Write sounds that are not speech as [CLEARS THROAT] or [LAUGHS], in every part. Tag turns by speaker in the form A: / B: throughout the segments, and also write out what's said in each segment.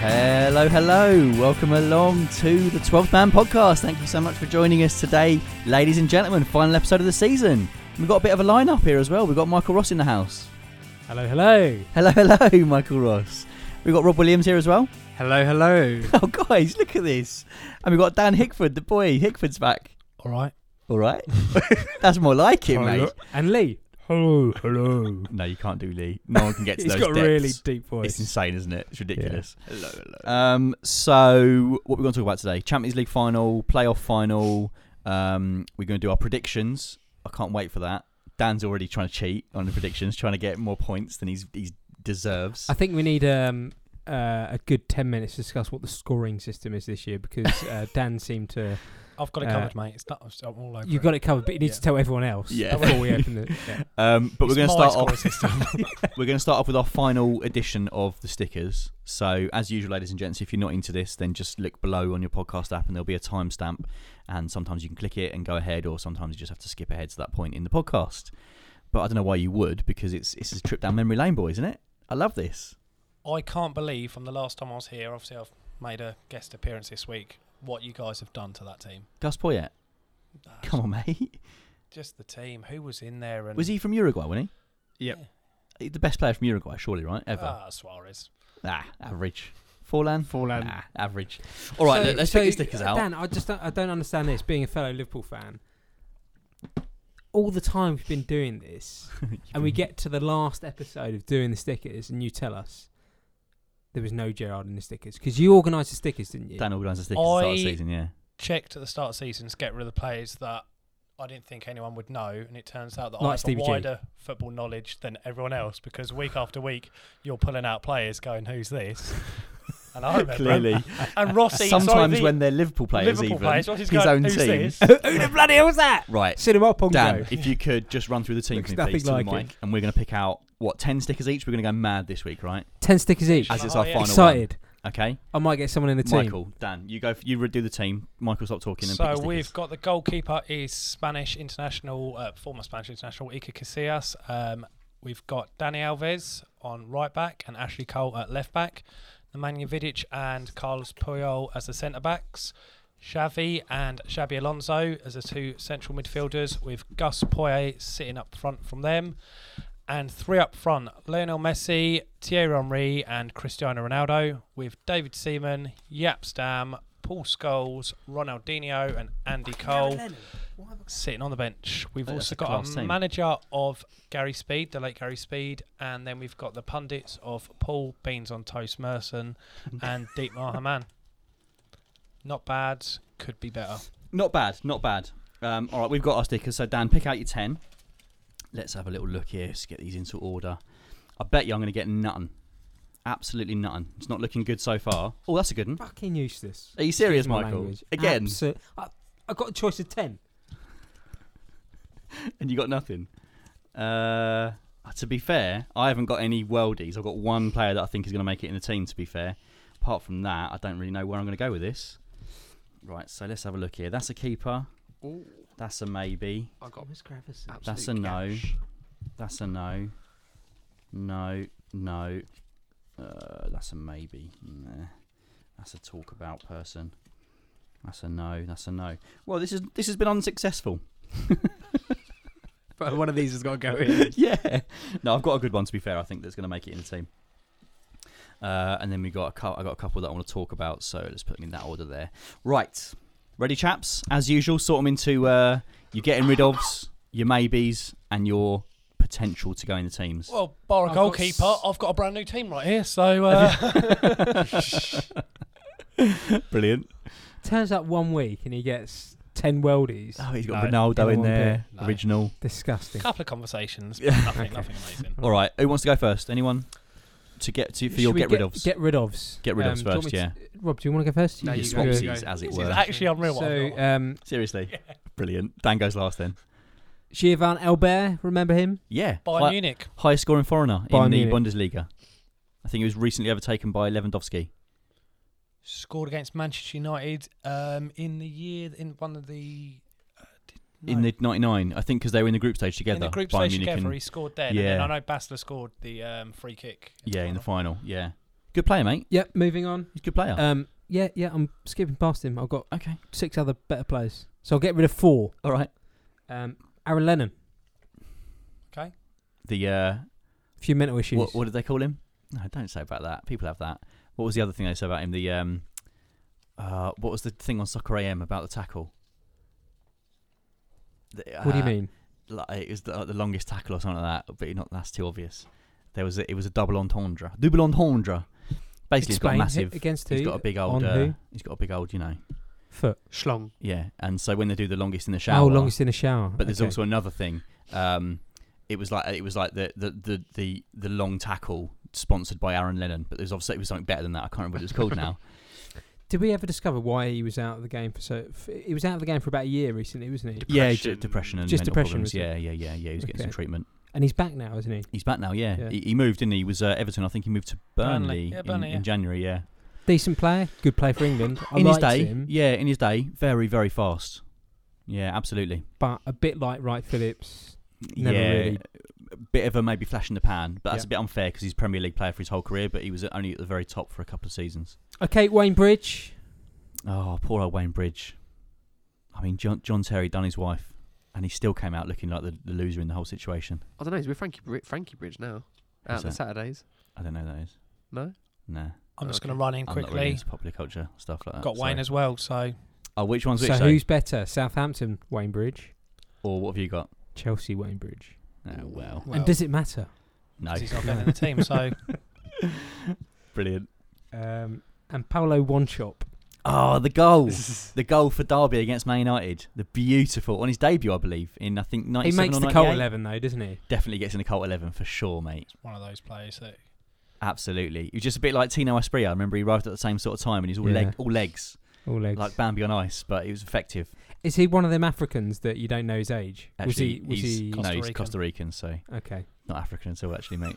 A: Hello, hello. Welcome along to the 12th Man podcast. Thank you so much for joining us today, ladies and gentlemen. Final episode of the season. We've got a bit of a lineup here as well. We've got Michael Ross in the house.
B: Hello, hello.
A: Hello, [LAUGHS] hello, Michael Ross. We've got Rob Williams here as well. [LAUGHS]
C: Hello, hello.
A: Oh, guys, look at this. And we've got Dan Hickford, the boy. Hickford's back.
B: All right.
A: All
B: [LAUGHS]
A: right. That's more like it, mate.
B: And Lee. Hello, hello.
A: No, you can't do Lee. No one can get to
B: [LAUGHS] He's
A: those
B: got a
A: depths.
B: really deep
A: It's
B: voice.
A: insane, isn't it? It's ridiculous.
C: hello, hello.
A: Um, so what we're going to talk about today: Champions League final, playoff final. Um, we're going to do our predictions. I can't wait for that. Dan's already trying to cheat on the predictions, trying to get more points than he's he deserves.
B: I think we need um, uh, a good 10 minutes to discuss what the scoring system is this year because
A: [LAUGHS]
B: uh, Dan seemed to.
D: I've got it
B: Uh,
D: covered, mate. It's not, I'm all over.
B: You got it covered, but you need to
D: Yeah.
B: tell everyone else
A: Yeah.
B: before we open [LAUGHS] it. Yeah.
A: Um, but we're going to start off.
D: System.
A: [LAUGHS] We're going to start off with our final edition of the stickers. So, as usual, ladies and gents, if you're not into this, then just look below on your podcast app and there'll be a timestamp. And sometimes you can click it and go ahead, or sometimes you just have to skip ahead to that point in the podcast. But I don't know why you would, because it's it's a trip down memory lane, boys, isn't it? I love this.
D: I can't believe from the last time I was here, obviously I've made a guest appearance this week, what you guys have done to that team.
A: Gus Poyet,
D: That's
A: come on, mate.
D: Just the team. Who was in there? And
A: Was he from Uruguay, wasn't
C: Yep.
A: he? The best player from Uruguay, surely, right? Ever.
D: Ah, Suarez.
B: Ah.
A: Nah, average. Forlan?
C: Forlan.
A: Nah, average. [LAUGHS] All right,
B: So-
A: look, let's
B: so,
A: pick the stickers
B: uh,
A: out.
B: Dan, I just don't, I don't understand this. Being a fellow Liverpool fan, all the time we've been doing this, and we get to the last episode of doing the stickers, and you tell us there was no Gerard in the stickers because you organised the stickers, didn't
A: [LAUGHS]
B: you?
A: Dan organised the stickers at the start of the
D: I-
A: season, yeah.
D: Checked at the start of the season to get rid of the players that I didn't think anyone would know, and it turns out that
B: Like
D: I have
B: Stevie
D: a
B: G.
D: wider football knowledge than everyone else because week after week you're pulling out players going, "Who's this?"
A: [LAUGHS]
D: And I remember
A: Clearly.
D: And Rossi.
A: Sometimes
D: sorry,
A: when they're Liverpool players,
D: Liverpool
A: even
D: players, Rossi's
A: his
D: going,
A: own
D: "Who's
A: team.
D: this?"
B: [LAUGHS] Who the bloody hell's that?
A: Right,
B: Cinema Pongo.
A: Dan, if you could just run through the team
B: Looks
A: for me,
B: nothing
A: please, to
B: like
A: the mic,
B: it.
A: and we're going to pick out what ten stickers each. We're going to go mad this week, right?
B: Ten stickers each.
A: As it's
D: Oh,
A: our
D: yeah.
A: final.
B: Excited.
A: One. Okay,
B: I might get someone in the team.
A: Michael, Dan, you go. f- You redo the team. Michael, stop talking. And pick
D: So
A: your
D: we've
A: stickers.
D: got the goalkeeper is Spanish international, uh, former Spanish international Iker Casillas. Um, we've got Danny Alves on right back and Ashley Cole at left back. Nemanja Vidic and Carlos Puyol as the centre backs. Xavi and Xabi Alonso as the two central midfielders, with Gus Poyet sitting up front from them. And three up front Lionel Messi, Thierry Henry, and Cristiano Ronaldo, with David Seaman, Yapstam, Paul Scholes, Ronaldinho, and Andy Cole sitting on the bench. We've
A: Oh, that's
D: also
A: a
D: got
A: class
D: a
A: team.
D: manager of Gary Speed, the late Gary Speed, and then we've got the pundits of Paul Beans on Toast Merson and
A: [LAUGHS]
D: Deepmar Haman. Not bad, could be better.
A: not bad, not bad. Um, all right, we've got our stickers. So Dan, pick out your ten. Let's have a little look here. Let's get these into order. I bet you I'm going to get nothing. Absolutely nothing. It's not looking good so far. Oh, that's a good one.
B: Fucking useless.
A: Are you serious, Michael? Again,
B: Absol- I, I got a choice of ten.
A: and you got nothing. Uh, to be fair, I haven't got any worldies. I've got one player that I think is going to make it in the team. To be fair, apart from that, I don't really know where I'm going to go with this. Right, so let's have a look here. That's a keeper.
C: Ooh.
A: That's a maybe.
C: I got absolute
A: That's a no.
C: gash.
A: That's a no. No, no. Uh, that's a maybe. Nah. That's a talk about person. That's a no. That's a no. Well, this is this has been unsuccessful.
C: But one of these has got to go in.
A: [LAUGHS] yeah. No, I've got a good one to be fair. I think that's going to make it in the team. Uh, and then we got a cou- I got a couple that I want to talk about, so let's put them in that order there. Right, ready, chaps? As usual, sort them into uh, your getting rid ofs, your maybes, and your potential to go in the
B: [LAUGHS]
A: teams.
D: Well, bar a
B: I've got
D: goalkeeper,
B: s-
D: I've got a brand new team right here, so uh,
A: [LAUGHS] Brilliant.
B: Turns up one week and he gets ten weldies.
A: Oh, he's got
D: No,
A: Ronaldo in
B: anyone
A: there,
D: do it. No.
A: original.
D: a
B: Disgusting.
D: couple of conversations, but
A: Yeah.
D: nothing,
B: Okay.
D: nothing amazing.
A: All right, who wants to go first? Anyone to get to for your
B: Should we
A: get, rid ofs? Get,
B: Get rid ofs.
A: rid
B: Um,
A: ofs
B: do you want
A: first,
B: me
A: yeah.
B: to- Rob, do you want to go first?
C: No,
A: Your
C: you
B: just
C: go,
B: want-
C: you
A: swapsies, as it
D: This is
A: were.
D: actually unreal. what I've
B: So
D: got.
B: um,
A: Seriously, brilliant. Dan goes last then.
B: Giovan Albert, remember him?
A: Yeah,
D: Bayern
A: Hi-
D: Munich.
A: highest scoring foreigner
B: Bayern
A: in the
B: Munich.
A: Bundesliga. I think he was recently overtaken by Lewandowski.
D: scored against Manchester United um, in the year in one of the uh, did-
A: In
D: no,
A: the 99, I think because they were in the group stage
D: in
A: together.
D: the group
A: Bayern
D: stage
A: Munich
D: together
A: and-
D: he scored then. And then
A: Yeah.
D: I know Basler scored the um, free kick.
A: yeah, in the final. Yeah. Good player, mate.
B: Yep, moving on.
A: He's a good
D: Uh,
A: player.
B: Um, yeah, yeah, I'm skipping past him. I've got
A: okay.
B: six other better players. So I'll get rid of four.
A: All right.
B: Um, Aaron Lennon,
D: Okay.
A: The uh,
B: a few mental issues.
A: what, what did they call him? No, don't say about that. People have that. What was the other thing they said about him? The um, uh, what was the thing on Soccer AM about the tackle? The,
B: What do you
A: uh,
B: mean?
A: Like, it was the, like, the longest tackle or something like that, but not that's too obvious. There was a, it was a double entendre, double entendre. Basically, he's got a
B: Explain.
A: massive.
B: Who- against who?
A: He's got a big
B: on
A: old.
B: who?
A: Uh, he's got a big old. You know.
B: Foot.
C: Schlong.
A: Yeah, and so when they do the longest in the shower.
B: How long is in a shower?
A: But there's
B: Oh, Okay.
A: also another thing. Um, it was like it was like the the, the, the the long tackle sponsored by Aaron Lennon, but there's obviously it was something better than that. I can't remember what it was called
B: [LAUGHS]
A: now.
B: Did we ever discover why he was out of the game for so? F- he was out of the game for about a year recently, wasn't he?
A: Yeah,
C: Depression.
A: ju- depression and
B: Just
A: mental
B: depression,
A: Problems.
B: was it?
A: Yeah, yeah, yeah, yeah. He was getting some
B: Okay.
A: treatment.
B: And he's back now, isn't he?
A: He's back now. Yeah,
B: Yeah.
A: He, he moved, didn't he? He was uh, Everton. I think he moved to Burnley,
D: Burnley. Yeah,
A: in-
D: Burnley,
A: in,
D: yeah.
A: January. Yeah,
B: Decent player, good play for England. I
A: in his
B: liked
A: day.
B: him,
A: Yeah, in his day, very very fast. Yeah, absolutely.
B: but a bit like Wright Phillips. Never
A: yeah,
B: really-
A: bit of a maybe flash in the pan, but that's a
B: Yeah.
A: bit unfair because he's a Premier League player for his whole career, but he was only at the very top for a couple of seasons.
B: Okay, Wayne Bridge.
A: Oh, poor old Wayne Bridge. I mean, John, John Terry done his wife, and he still came out looking like the, the loser in the whole situation.
C: I don't know. He's with Frankie Bri- Frankie Bridge now.
A: Who's
C: Out on
A: that?
C: Saturdays.
A: I don't know who that is.
C: No.
A: Nah,
D: I'm just
C: Okay.
D: going to run in
A: I'm not really
D: quickly.
A: into popular culture stuff like that.
D: Got Wayne
A: so-
D: as well, so
A: Oh, which one's which?
B: so
A: though?
B: who's better, Southampton Wayne Bridge,
A: or what have you got?
B: Chelsea Wayne Bridge?
A: Oh, well,
D: Well,
B: and does it matter?
A: no,
D: 'cause he's not getting in the team. So
A: [LAUGHS] brilliant.
B: Um, and Paolo Wanchop.
A: Oh, the goal, the goal for Derby against Man United, the beautiful on his debut, I believe, in I think
B: He
A: ninety-seven
B: makes
A: or
B: the cult
A: 98.
B: eleven though, doesn't he?
A: Definitely gets in the cult eleven for sure, mate.
D: one of those players that
A: Absolutely, he was just a bit like Tino Asprey. I remember he arrived at the same sort of time, and he's all
B: Yeah.
A: leg, all legs,
B: All legs.
A: like Bambi on ice, but he was effective.
B: Is he one of them Africans that you don't know his age?
A: Actually,
B: was he? Was
A: he's,
B: he?
A: no, he's
D: Costa
A: Costa Rican, so
B: Okay.
A: not African until actually, mate.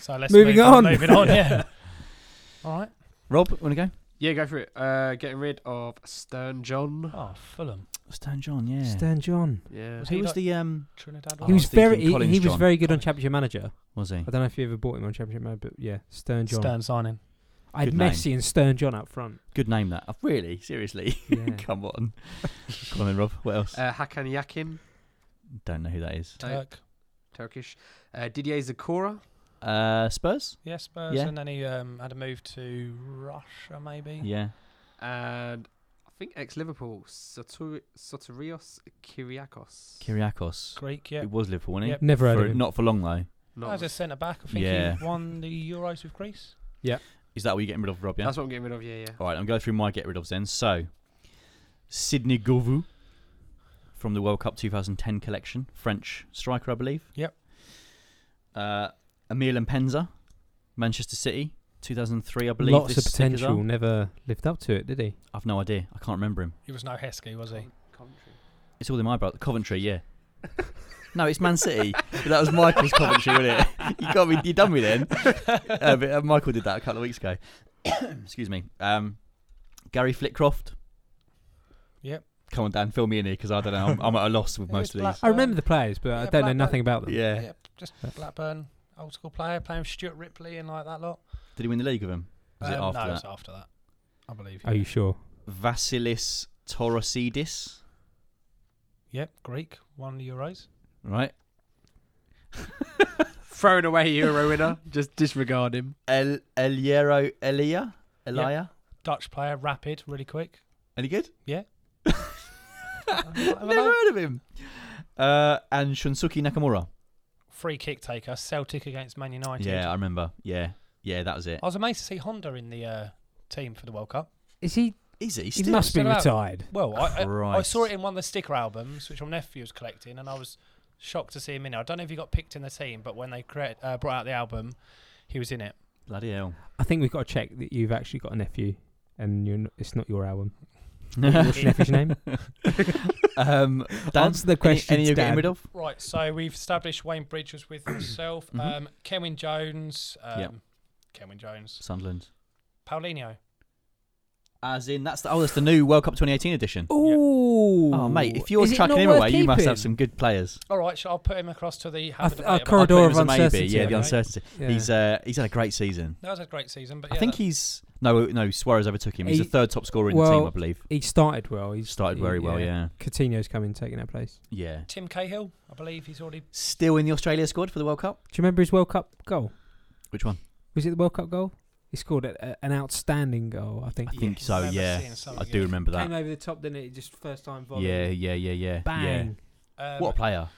D: So let's
B: Moving
D: move
B: on.
D: Moving
A: [LAUGHS]
D: on. Yeah. All right.
A: Rob, want to go?
C: [LAUGHS] Yeah, go for it. Uh, getting rid of Stern John.
D: Oh, Fulham.
A: Stan John, yeah.
B: Stan John.
C: Yeah.
D: Was
A: Who
D: he
A: was
D: like-
A: the um?
D: Trinidad.
A: He Oh,
B: He was
A: I was thinking
B: very. He,
A: Collins
B: he was
A: John.
B: very good on Championship Manager.
A: Was he?
B: I don't know if you ever bought him on Championship Manager, but yeah, Stern John.
D: Stern signing.
B: I had
A: Good name.
B: Messi and Stern John up
A: [LAUGHS]
B: front.
A: Good name that. Oh, really, seriously. [LAUGHS]
B: Yeah.
A: Come on.
B: [LAUGHS]
A: Come on, then, Rob. What else?
C: Uh, Hakan Yakin,
A: don't know who that is.
C: Turk.
D: Turk.
C: Turkish. Uh, Didier Zakora.
A: Uh, Spurs.
D: Yeah, Spurs.
A: Yeah.
D: And then he um, had a move to Russia, maybe.
A: Yeah.
C: And I think ex-Liverpool, Soter- Soterios Kyriakos.
A: Kyriakos.
D: Greek, yeah.
A: It was Liverpool, wasn't he?
D: Yep.
B: Never heard
A: For-
B: of him.
A: not for long though.
C: Not-
D: As a centre back, I think
A: Yeah.
D: he won the Euros with Greece.
A: Is that what you're getting rid of, Rob? Yeah.
C: That's what I'm getting rid of, yeah, yeah.
D: Oh,
A: All right, I'm going through my get rid ofs then. So, Sidney Govou from the World Cup 2010 collection, French striker, I believe.
D: Yep.
A: Uh, Emile Penza, Manchester City, 2003, I believe.
B: Lots of
A: this stickers
B: potential.
A: are.
B: Never lived up to it, did he?
A: I've no idea. I can't remember him.
D: He was no Heskey, was he?
A: [LAUGHS]
C: Coventry.
A: It's all in my brother. Coventry, yeah. [LAUGHS] no, it's Man City. But that was Michael's Coventry, wasn't it? [LAUGHS] You got me. You done me
D: [LAUGHS]
A: then. Uh, but, uh, Michael did that a couple of weeks ago. [COUGHS] Excuse me. Um, Gary Flitcroft.
D: Yep.
A: Come on, Dan, fill me in here because I don't know. I'm, I'm at a loss
D: [LAUGHS]
A: with
D: It
A: most
D: was
A: of these.
B: I remember the players, but I
D: Yeah,
B: don't know
D: Blackburn.
B: nothing about them.
A: Yeah.
D: Just Blackburn, old school player, playing with Stuart Ripley and like that lot.
A: Did he win the league with him? Was it
D: Um,
A: after
D: no, it
A: that?
D: was after that. I believe.
B: Are
D: yeah.
B: you sure?
A: Vasilis Torosidis,
D: Yep, Greek, won the Euros.
A: right? [LAUGHS]
C: Throwing away Euro winner. Just disregard him.
A: El Eliero Elia Elia.
D: Dutch player, rapid, really quick.
A: Any good? [LAUGHS]
D: Have I
A: Never heard of him. Uh, and Shunsuke Nakamura.
D: Free kick taker, Celtic against Man United.
A: Yeah, I remember. Yeah, yeah, that was it.
B: Oh,
D: I was amazed to see Honda in the uh, team for the World Cup.
B: Is he?
A: Is he
B: He
A: still?
B: must be
D: still out.
B: retired.
D: Well, I, I, I
A: Christ.
D: saw it in one of the sticker albums, which my nephew was collecting, and I was shocked to see him in it. I don't know if he got picked in the team, but when they create, uh, brought out the album, he was in it.
A: Bloody hell.
B: I think we've got to check that you've actually got a nephew, and you're not, it's not your album.
A: [LAUGHS]
B: What's your
A: um,
B: nephew's name?
A: Dan,
B: [LAUGHS] Answer the
A: any,
B: questions,
A: any you're getting
B: Dan.
A: rid of?
D: Right, so we've established Wayne Bridge was with
A: [COUGHS]
D: himself.
A: Mhm.
D: Um, Kevin Jones. Um,
A: Yep.
D: Kevin Jones.
A: Sunderland.
D: Paulinho.
A: As in, that's the, oh, that's the new World Cup 2018 edition.
B: Ooh.
A: Oh, mate, if you're
B: Is it
A: chucking
B: not
A: him
B: worth
A: away, you must
B: keeping?
A: have some good players.
D: All right, so I'll put him across to the.
B: I
D: have
B: th-
D: a
B: our
D: debate about-
A: I'd put him
B: corridor of
A: as a
B: uncertainty.
A: maybe. Yeah, the
D: okay.
A: uncertainty.
B: Yeah.
A: He's uh, he's had a great season.
D: That was a great season, but
A: I
D: yeah,
A: think
D: that-
A: he's no no Suarez overtook him. He's the
B: He-
A: third top scorer in the team,
B: well,
A: I believe.
B: he started well. He
A: He started very well. Yeah,
B: Coutinho's come in taking that place.
A: yeah.
D: Tim Cahill, I believe he's already.
A: Still in the Australia squad for the World Cup.
B: Do you remember his World Cup goal?
A: Which one?
B: Was it the World Cup goal? He scored a, a, an outstanding goal, I think.
A: I think
D: Yes.
A: so.
D: Remember
A: Yeah,
D: seeing something,
A: I do
D: yeah.
A: remember that.
B: Came over the top, didn't it? Just first time volley.
A: Yeah, yeah, yeah, yeah.
B: Bang.
D: Um,
A: Yeah. What a player!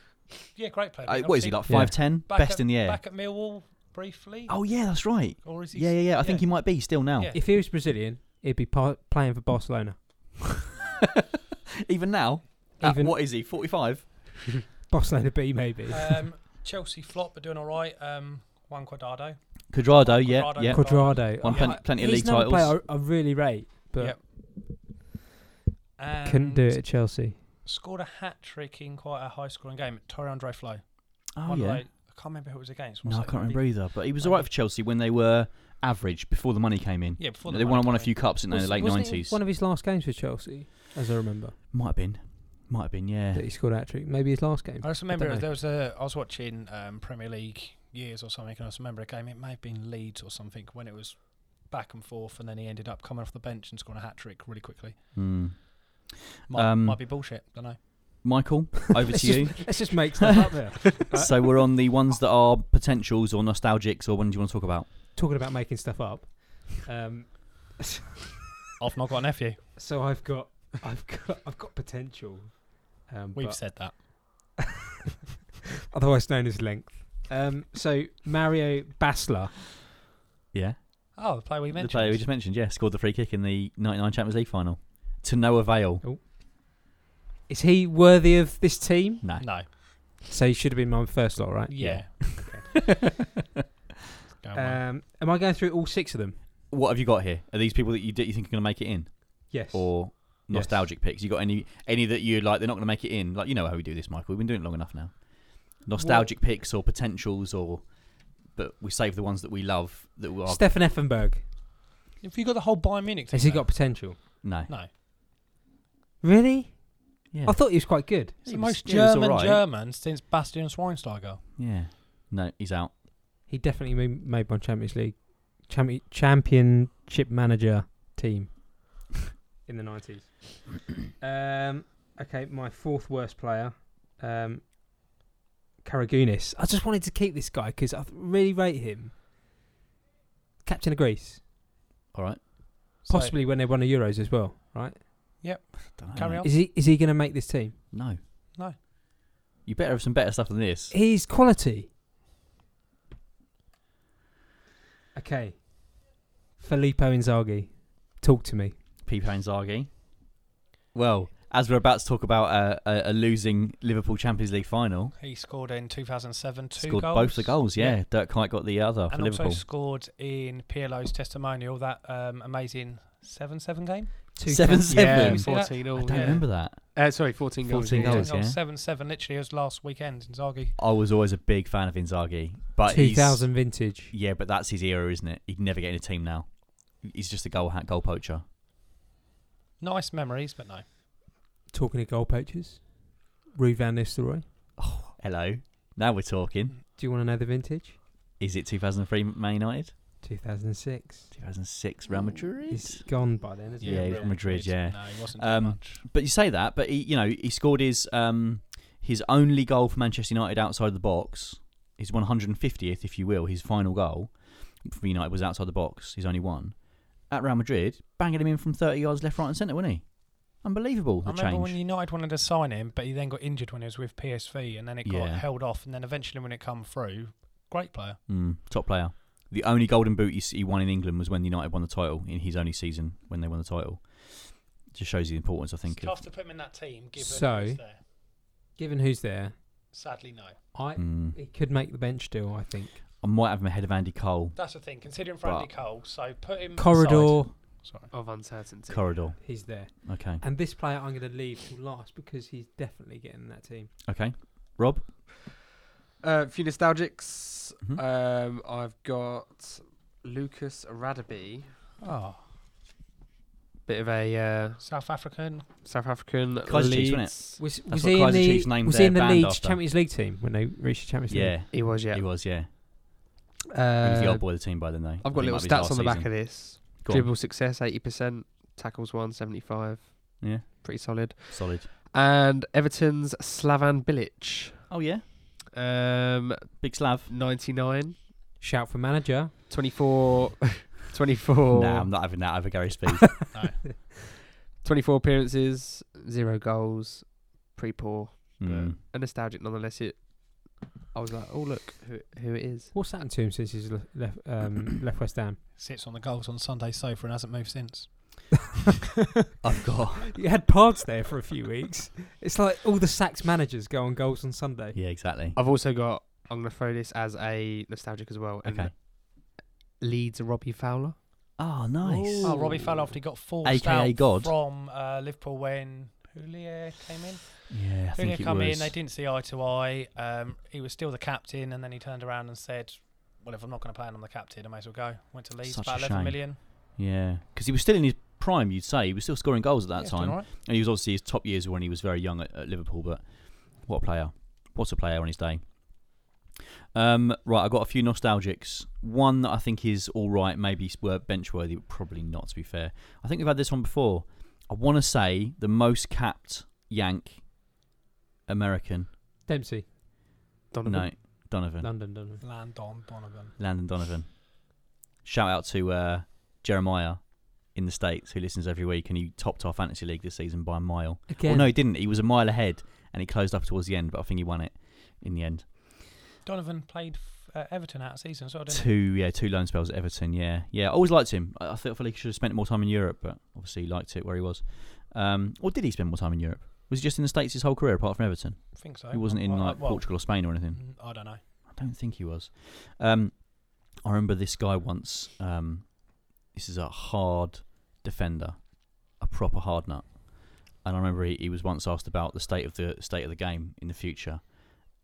D: Yeah, great player.
A: Uh, what is he like?
B: Yeah.
A: Five ten,
D: Back
A: best
D: at-
A: in the air.
D: Back at Millwall briefly,
A: Oh yeah, that's right.
D: or is he?
A: Yeah, yeah, yeah. I think he might be still now.
D: Yeah.
B: If he was Brazilian, he'd be par- playing for Barcelona.
A: [LAUGHS] Even now, at
B: Even-
A: what is he? Forty five.
B: Barcelona B, maybe.
D: Um, [LAUGHS] Chelsea flop, but doing all right. Um, Juan Cuadrado.
A: Cuadrado, yeah,
D: Cuadrado.
A: yeah.
D: Cud-
B: Quadrado.
A: Won
D: Yeah.
A: plenty, plenty of
B: He's
A: league
B: another
A: titles.
B: player I, I really rate, but
D: Yep. And
B: couldn't do it at Chelsea.
D: Scored a hat trick in quite a high scoring game. Torre Andre Flo.
A: Oh
D: One
A: yeah.
D: like- I can't remember who it was against.
A: No,
D: was
A: I
D: it?
A: can't remember
D: Maybe-
A: either. But he was
D: maybe-
A: all right for Chelsea when they were average before the money came in.
D: Yeah, before the
A: they won
D: money
A: won a
D: came
A: few cups in the
B: Wasn't-
A: late
B: wasn't it
A: nineties.
B: One of his last games for Chelsea, as I remember,
A: Might have been, might have been. Yeah,
B: that he scored hat trick. Maybe his last game.
D: in. I just remember
B: don't
D: it
B: know.
D: there was a. I was watching um, Premier League years or something, and I just remember a game. It may have been Leeds or something when it was back and forth, and then he ended up coming off the bench and scoring a hat trick really quickly.
A: Hmm.
D: Might,
A: Um,
D: might be bullshit. Don't know.
A: [LAUGHS] Michael, over
B: Let's
A: to you.
B: just- Let's just
A: [LAUGHS]
B: make stuff up there.
A: so we're on the ones that are potentials or nostalgics, or ones you want to talk about.
B: Talking about making stuff up. Um,
D: I've not got a nephew.
B: so I've got, I've got, I've got potential. Um,
D: We've
B: but-
D: said that.
B: otherwise known as length. Um, so Mario Basler.
A: Yeah,
D: Oh, the player we
A: the
D: mentioned.
A: player we just mentioned. Yeah, scored the free kick in the '99 Champions League final to no avail.
B: Is he worthy of this team?
A: No,
D: No.
B: So he should have been my first lot, right?
D: Yeah. [LAUGHS] Go on,
A: Uh,
D: mate.
B: Um, am I going through all six of them?
A: what have you got here? Are these people that you d- you think are going to make it in,
B: Yes.
A: or
B: Yes.
A: nostalgic picks? You got any any that you like? They're not going to make it in. Like you know how we do this, Michael. We've been doing it long enough now. Nostalgic picks or potentials, or but we save the ones that we love that we are
B: Stefan Effenberg.
D: If you got the whole Bayern Munich team,
B: Has he
D: though-
B: got potential?
A: no.
D: No.
B: Really?
A: Yeah.
B: I thought he was quite good.
D: He's
A: He
D: the
A: was-
D: most
A: he was
D: German
A: alright.
D: German since Bastian Schweinsteiger.
A: Yeah. No, he's out.
B: He definitely ma- made my Champions League champi- championship manager team [LAUGHS] in the nineties. um, okay, my fourth worst player, um, Karagunis. I just wanted to keep this guy because I really rate him. Captain of Greece,
A: All right.
D: So-
B: possibly when they won the Euros as well, right?
A: Dunno,
D: Carry
A: mate.
D: on.
B: Is he is he going to make this team?
A: No.
D: No.
A: You better have some better stuff than this.
B: He's quality. Okay, Filippo Inzaghi, talk to me.
A: Pipo Inzaghi. Well, as we're about to talk about uh, a, a losing Liverpool Champions League final,
D: he scored in 2007 two
A: scored
D: goals.
A: both the goals. Yeah, Dirk Kuyt got the other for
D: and also
A: Liverpool.
D: scored in PLO's testimonial that um, amazing 7-7 game.
A: [LAUGHS]
B: Two
A: Seven,
B: chan-
A: seven.
D: see that?
C: 14
A: I
C: all.
A: don't
D: yeah.
A: remember that.
C: Uh, sorry, 14 goals.
A: 14
C: yeah.
A: goals. yeah.
D: 7-7 literally it was last weekend in Zagi.
A: I was always a big fan of Inzaghi, but
B: two
A: he's-
B: thousand vintage.
A: Yeah, but that's his era, isn't it? He'd never get in a team now. He's just a goal hat, goal poacher.
D: Nice memories, but no.
B: Talking of goal poachers, Ruud van Nistelrooy.
A: Hello. Now we're talking.
B: Do you want to know the vintage?
A: Is it 2003 Man United?
B: Two thousand six.
A: 2006 Real Madrid?
B: He's gone by then, isn't
A: Yeah,
B: he?
A: he's
D: Real
A: Madrid, yeah.
D: No, he wasn't doing
A: Um,
D: much.
A: But you say that, but he, you know, he scored his um, his only goal for Manchester United outside the box. His 150th, if you will, his final goal for United was outside the box. His only one at Real Madrid, banging him in from 30 yards left, right, and centre, wasn't he? Unbelievable
D: I
A: the
D: remember
A: change.
D: when United wanted to sign him, but he then got injured when he was with PSV, and then it got
A: Yeah.
D: held off, and then eventually when it come through, great player.
A: Mm, top player. The only Golden Boot he, s- he won in England was when United won the title in his only season when they won the title. Just shows the importance, I think.
D: it's
A: Of,
D: tough to put him in that team, given
B: So-
D: he's there.
B: Given who's there,
D: Sadly, no.
B: I
A: Mm.
B: he could make the bench still. I think
A: I might have him ahead of Andy Cole.
D: That's the thing. Considering Frankie Cole, so put him
B: corridor.
D: Aside. Sorry.
C: Of uncertainty.
A: Corridor.
B: He's there,
A: Okay.
B: and this player I'm going to leave till last because he's definitely getting in that team.
A: Okay. Rob?
C: Uh, a few nostalgics.
A: Mhm.
C: Um, I've got Lucas Radaby.
D: Oh,
C: Bit of a uh,
D: South African.
C: South African
A: Kaiser Chiefs, wasn't it?
C: Leeds.
B: Was,
A: That's what
B: was he in
A: Kaiser
B: the,
A: Chiefs named
B: was he in
A: their
B: the
A: band
B: Leeds
A: after.
B: Champions League team when they reached the Champions League?
A: Yeah,
C: He was, yeah.
A: he was. Yeah, he was the
C: Uh,
A: old boy of the team by then, though.
C: I've got little stats on the back of this.
A: Go on.
C: Dribble success, 80%. Tackles, 175.
A: Yeah,
C: Pretty solid.
A: solid.
C: And Everton's Slavan Bilic.
A: Oh yeah,
C: Um,
A: big Slav.
C: 99.
B: Shout for manager.
C: [LAUGHS] 24, 24,
A: Nah, I'm not having that over Gary
C: [LAUGHS]
A: Speed.
D: No. [LAUGHS]
C: 24 appearances, zero goals, pretty poor,
A: Mm.
C: but a nostalgic nonetheless. It, I was like, oh look, who, who it is?
B: What's happened to him since he's le- left
A: [COUGHS]
B: um, left West Ham? [LAUGHS]
D: Sits on the goals on Sunday sofa and hasn't moved since.
A: I've got
B: You had Pards there for a few weeks. It's like all the Sacks managers go on goals on Sunday.
A: yeah, exactly.
C: I've also got. I'm gonna throw this as a nostalgic as well. And
A: Okay.
C: Leeds Robbie Fowler.
A: Oh, nice.
D: Oh, Robbie fell off. He got forced
A: AKA
D: out
A: God.
D: from uh, Liverpool when Julia came in.
A: Yeah, I
D: Julia
A: think it
D: came in.
A: was.
D: They didn't see eye to eye. Um, he was still the captain, and then he turned around and said, "Well, if I'm not going to play and I'm the captain, I may as well go." Went to Leeds,
A: Such
D: about
A: a
D: 11
A: shame.
D: million.
A: Yeah, because he was still in his prime. You'd say he was still scoring goals at that
D: Yeah, doing
A: time,
D: all right.
A: and he was obviously his top years were when he was very young at, at Liverpool. But what a player! What a player on his day. Um, right, I've got a few nostalgics. One that I think is all right, maybe s- were bench worthy, but probably not. To be fair, I think we've had this one before. I want to say the most capped Yank American.
B: Dempsey,
C: Donovan.
A: No, Donovan.
B: London, Donovan.
D: Landon Donovan.
A: Landon Donovan. Shout out to uh, Jeremiah in the States who listens every week and he topped our fantasy league this season by a mile.
B: Again,
A: Well, no, he didn't. He was a mile ahead and he closed up towards the end, but I think he won it in the end.
D: Donovan played f- uh, Everton out of season, so I didn't.
A: Two, yeah, two loan spells at Everton. Yeah, yeah. I always liked him. I, I feel feel like he should have spent more time in Europe, but obviously he liked it where he was. Um, or did he spend more time in Europe? Was he just in the States his whole career apart from Everton?
D: think so.
A: He wasn't in
D: Well,
A: like
D: well,
A: Portugal or Spain or anything.
D: mm, I don't know.
A: I don't think he was. Um, I remember this guy once. Um, this is a hard defender, a proper hard nut. And I remember he, he was once asked about the state of the state of the game in the future,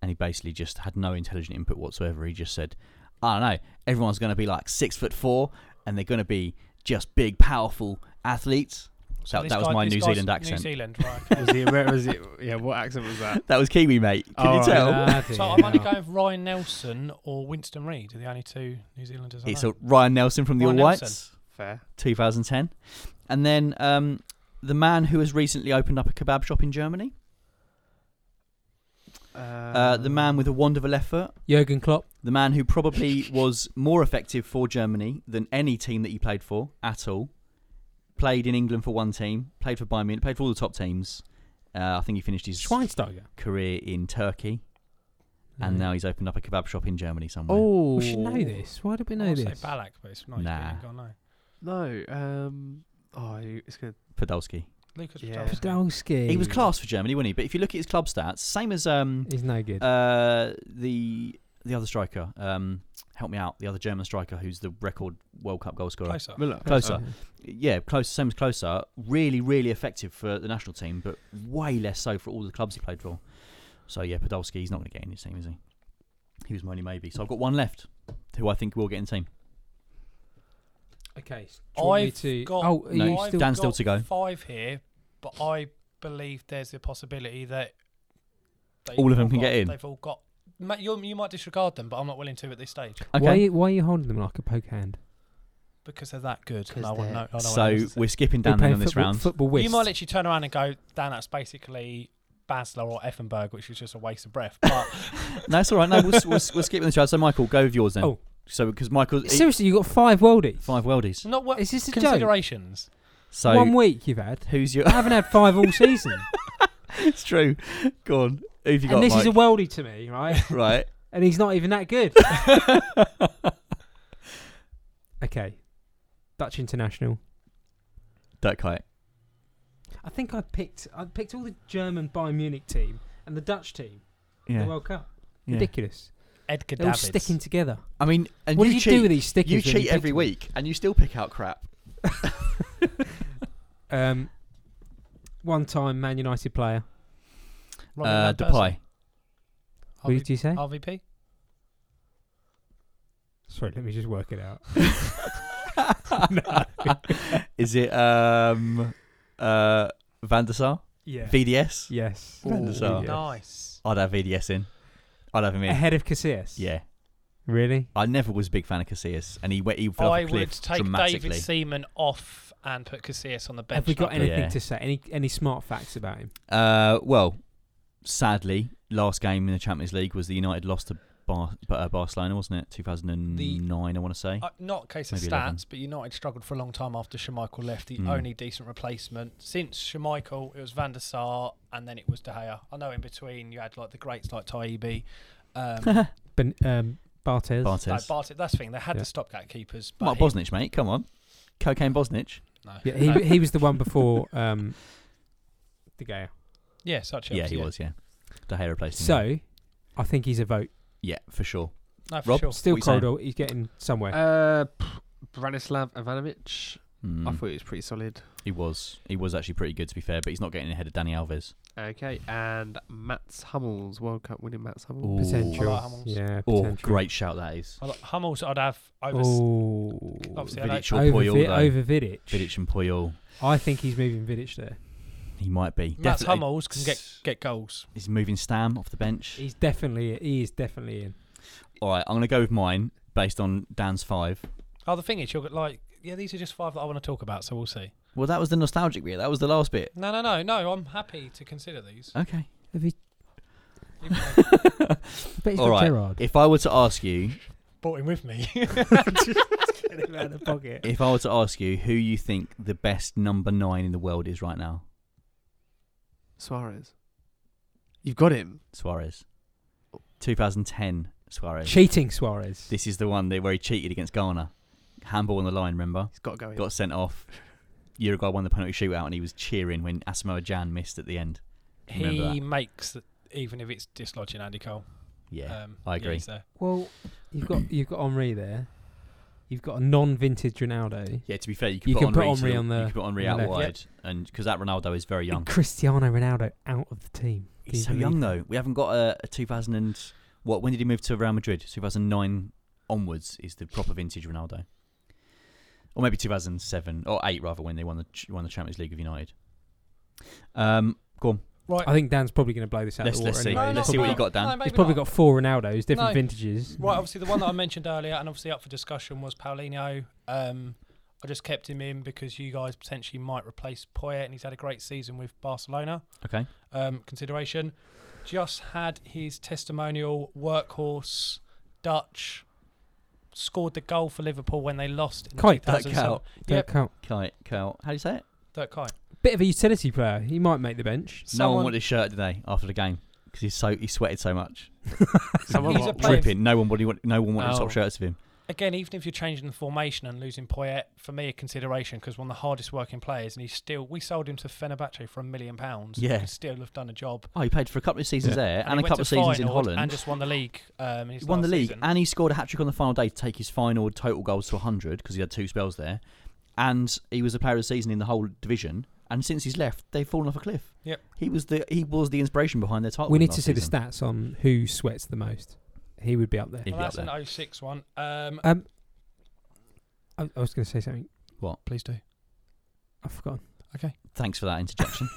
A: and he basically just had no intelligent input whatsoever. He just said, "I don't know. Everyone's going to be like six foot four, and they're going to be just big, powerful athletes."
D: So
A: That-
D: this
A: that was
D: guy-
A: my
D: this
A: New
D: guy's
A: Zealand accent.
D: New Zealand,
A: [LAUGHS]
D: right?
C: [LAUGHS] was he? [LAUGHS] Where was it? Yeah, what accent was that? Oh,
A: That was Kiwi, mate. Can you
C: Alright,
A: tell?
B: Bloody
D: So I'm only
B: hell.
D: going with Ryan Nelson or Winston Reid. Are the only two New Zealanders I
A: It's
D: know.
A: a Ryan Nelson from the
D: Ryan
A: All Whites.
D: Nelson.
C: [LAUGHS] Fair.
A: 2010. And then um, the man who has recently opened up a kebab shop in Germany,
C: Uh,
A: uh, the man with a wand of a left foot,
B: Jurgen Klopp.
A: the man who probably was more effective for Germany than any team that he played for at all. Played in England for one team, played for Bayern Munich, played for all the top teams. Uh, I think he finished his
B: Schweinsteiger.
A: career in Turkey,
B: Mm.
A: and now he's opened up a kebab shop in Germany somewhere.
C: Oh,
B: we should know this. Why did we
D: I
B: know
D: would say
B: this?
D: Balak, but it's not.
A: Nah.
D: Nah. Gone, no.
C: No. Um. Oh, it's gonna.
A: Podolski.
D: Lucas
C: Yeah.
D: Podolski.
B: Podolski.
A: He was class for Germany, wasn't he? But if you look at his club stats, same as um,
B: He's no good.
A: Uh, the the other striker, um, help me out. The other German striker who's the record World Cup goal scorer.
D: Closer.
C: Miller.
A: Closer.
B: Oh.
A: Yeah, close. Same as closer. Really, really effective for the national team, but way less so for all the clubs he played for. So yeah, Podolski, he's not going to get in his team, is he? He was my only maybe. So I've got one left, who I think will get in the team.
B: Okay. so do you want me
D: I've
B: to-
D: got-
B: oh, are
A: No,
B: you
D: I've
B: still
A: Dan's still
D: got
A: to go.
D: Five here, but I believe there's a possibility that they've
A: All of them can
D: got-
A: get in.
D: They've all got. Ma- You, you might disregard them, but I'm not willing to at this stage
A: Okay.
B: Why, are you, why are you holding them like a poke hand?
D: because they're that good. and
C: 'Cause
D: I want
C: they're-
D: no, I don't want
A: so
D: to-
A: we're skipping
B: We're
A: Dan
B: playing
A: on this
B: football,
A: round.
B: Football
D: you
B: whist.
D: might literally turn around and go, "Dan, that's basically Basler or Effenberg, which is just a waste of breath." But
A: no, it's all right. No, we'll, we'll,
B: [LAUGHS]
A: we're skipping this round. So Michael, go with yours then.
B: Oh.
A: So because Michael, he-
B: Seriously, you got five worldies.
A: five worldies.
D: not what
B: Is this a joke?
D: considerations.
A: So
B: One week you've had.
A: who's your?
B: I haven't had five
A: [LAUGHS]
B: all season.
A: it's true. Go on. Who've you got?
B: and this is
A: Mike?
B: a worldie to me, right?
A: [LAUGHS] right.
B: and he's not even that good. okay. Dutch international.
A: Dirk Kuyt.
B: I think I picked I picked all the German Bayern Munich team and the Dutch team in the
A: Yeah.
B: World Cup.
A: yeah.
B: Ridiculous.
D: Edgar
B: They're all
D: Davids.
B: sticking together.
A: I mean, and
B: what
A: you,
B: do you
A: cheat,
B: do with these stickers?
A: You
B: when
A: cheat
B: pick
A: every
B: them?
A: week, and you still pick out crap.
B: Um, one time Man United player.
D: Robin
A: uh,
D: Van Persie.
A: Depay.
B: Who did you say?
D: RVP.
B: Sorry, let me just work it out.
A: [LAUGHS] Is it um uh Van der Sar?
B: yeah.
A: VDS?
B: yes.
A: Van der Sar.
B: yes.
D: Nice.
A: I'd have VDS in. I'd have him in.
B: Ahead of Casillas.
A: Yeah.
B: Really?
A: I never was a big fan of Casillas, and he went. He fell
D: I
A: off a cliff
D: would take
A: dramatically.
D: David Seaman off and put Casillas on the bench.
B: Have we got
D: like-
A: any-
B: anything
A: Yeah.
B: to say? Any any smart facts about him?
A: Uh, well, sadly, last game in the Champions League was the United lost to Bar- uh, Barcelona, wasn't it? Two thousand and nine, I want to say.
D: Uh, not a case of
A: Maybe
D: stats,
A: 11.
D: but United struggled for a long time after Schmeichel left. The
A: Mm.
D: only decent replacement since Schmeichel, it was Van der Sar, and then it was De Gea. I know in between you had like the greats like Taibbi.
A: [LAUGHS]
D: Um,
B: Ben, um, Barthez.
D: no,
A: Bartes.
D: Bartek, that's the thing. They had
B: Yeah.
D: the stopgap keepers. But
A: Mark
D: he-
A: Bosnich, mate. Come on, cocaine Bosnich.
D: No,
B: Yeah,
D: no.
B: he, he was the one before um, De Gea.
D: yeah, such
A: yeah, he was. Yeah, De Gea replaced him. yeah.
B: So, I think he's a vote.
A: yeah, for sure.
D: No, for
A: Rob?
D: sure.
B: Still
A: What are you saying?
B: corridor. He's getting somewhere.
C: Uh, pff, Branislav Ivanovic.
A: Mm,
C: I thought he was pretty solid.
A: he was. He was actually pretty good, to be fair. But he's not getting ahead of Danny Alves.
C: Okay, and Mats Hummels, World Cup winning Mats
A: Ooh.
C: Hummels.
B: potential.
D: I like Hummels.
B: yeah.
A: Oh,
B: Potential.
A: great shout that is.
D: I like Hummels, I'd have over.
B: Oh.
D: Obviously, I
A: Vidic
D: like-
A: or
B: Over,
A: Puyol,
B: Vi-
A: though.
B: over Vidic.
A: Vidic and Puyol.
B: I think he's moving Vidic there.
A: He might be.
D: Mats
A: Definitely-
D: Hummels can get, get goals.
A: He's moving Stam off the bench.
B: He's definitely. He is definitely
A: [LAUGHS]
B: in.
A: All right, I'm going to go with mine based on Dan's five.
D: Oh, the thing is, you're like, yeah, these are just five that I want to talk about, so we'll see.
A: Well, that was the nostalgic bit. That was the last bit.
D: No, no, no, no. I'm happy to consider these.
A: Okay.
D: Even though
B: I bet he's
A: All
B: got
A: right.
B: Gerrard.
A: If I were to ask you,
D: brought him
A: [LAUGHS]
D: with me. [LAUGHS]
B: [LAUGHS] out of the pocket.
A: if I were to ask you who you think the best number nine in the world is right now,
C: Suarez. You've got him.
A: Suarez, 2010 Suarez.
B: Cheating Suarez.
A: This is the one that, where he cheated against Ghana, handball on the line. Remember,
C: He's got to go in.
A: got sent off. Uruguay won the penalty shootout, and he was cheering when Asamoah Jan missed at the end. Remember
D: he makes th- even if it's dislodging Andy Cole.
A: Yeah,
D: um,
A: I agree.
D: he's there.
B: Well, you've got you've got Henri there. You've got a non-vintage Ronaldo.
A: yeah. To be fair, you could
B: You
A: put,
B: can put
A: Henry to
B: Henry on the-
A: you could put Henry
B: on
A: out
B: the left.
A: wide, and because that Ronaldo is very young.
B: And Cristiano Ronaldo out of the team. Can
A: He's
B: you
A: so
B: believe
A: young
B: that?
A: though. We haven't got a, a 2000 and what? When did he move to Real Madrid? 2009 onwards is the proper vintage Ronaldo, or maybe 2007 or eight rather when they won the ch- won the Champions League of United. Um, go on.
D: Right.
B: I think Dan's probably going to blow this out
A: Let's
B: of the water.
A: let's see.
B: Anyway.
D: No,
A: let's
D: no,
A: see what you
D: well,
A: got, Dan.
D: no,
B: He's
D: maybe
B: probably
D: not.
B: got four Ronaldos, different
D: No.
B: vintages.
D: [LAUGHS] Right, obviously the one that I mentioned earlier, and obviously up for discussion was Paulinho. Um, I just kept him in because you guys potentially might replace Poyet, and he's had a great season with Barcelona.
A: okay.
D: Um, consideration. Just had his testimonial workhorse Dutch scored the goal for Liverpool when they lost in
B: Kuyt,
D: the
A: That
D: 2007.
A: cow.
B: Don't
D: Yep.
B: count.
A: Kite. Cow. How do you say it?
D: Dirk Kuyt.
B: Bit of a utility player. He might make the bench.
A: no one
D: Someone-
A: wanted his shirt today after the game because he's so he sweated so much.
C: Someone
D: He's
C: what?
D: a player.
A: Dripping. No one wanted. No one wanted to
C: Oh.
A: top shirts of him.
D: again, even if you're changing the formation and losing Poyet, for me, a consideration because one of the hardest working players, and he's still. We sold him to Fenerbahce for a million pounds.
A: Yeah.
D: he could still have done a job.
A: Oh, he played for a couple of seasons
B: Yeah.
A: there and,
D: he
A: a
D: went
A: couple
D: to
A: of seasons in
D: Feyenoord
A: Holland.
D: and just won the league. Um, in his
A: He won the
D: last
A: league
D: season.
A: and he scored a hat trick on the final day to take his final total goals to 100 because he had two spells there. And he was the player of the season in the whole division. And since he's left, they've fallen off a cliff.
D: Yep.
A: He was the he was the inspiration behind their title.
B: we
A: win
B: need to
A: last
B: see the
A: season.
B: stats on who sweats the most. He would be up there.
A: He'd
D: Well,
A: be up
D: that's an 06 one. Um,
B: Um, I, I was going to say something.
D: please do.
B: I've forgotten.
A: Thanks for that
D: [LAUGHS]
A: interjection.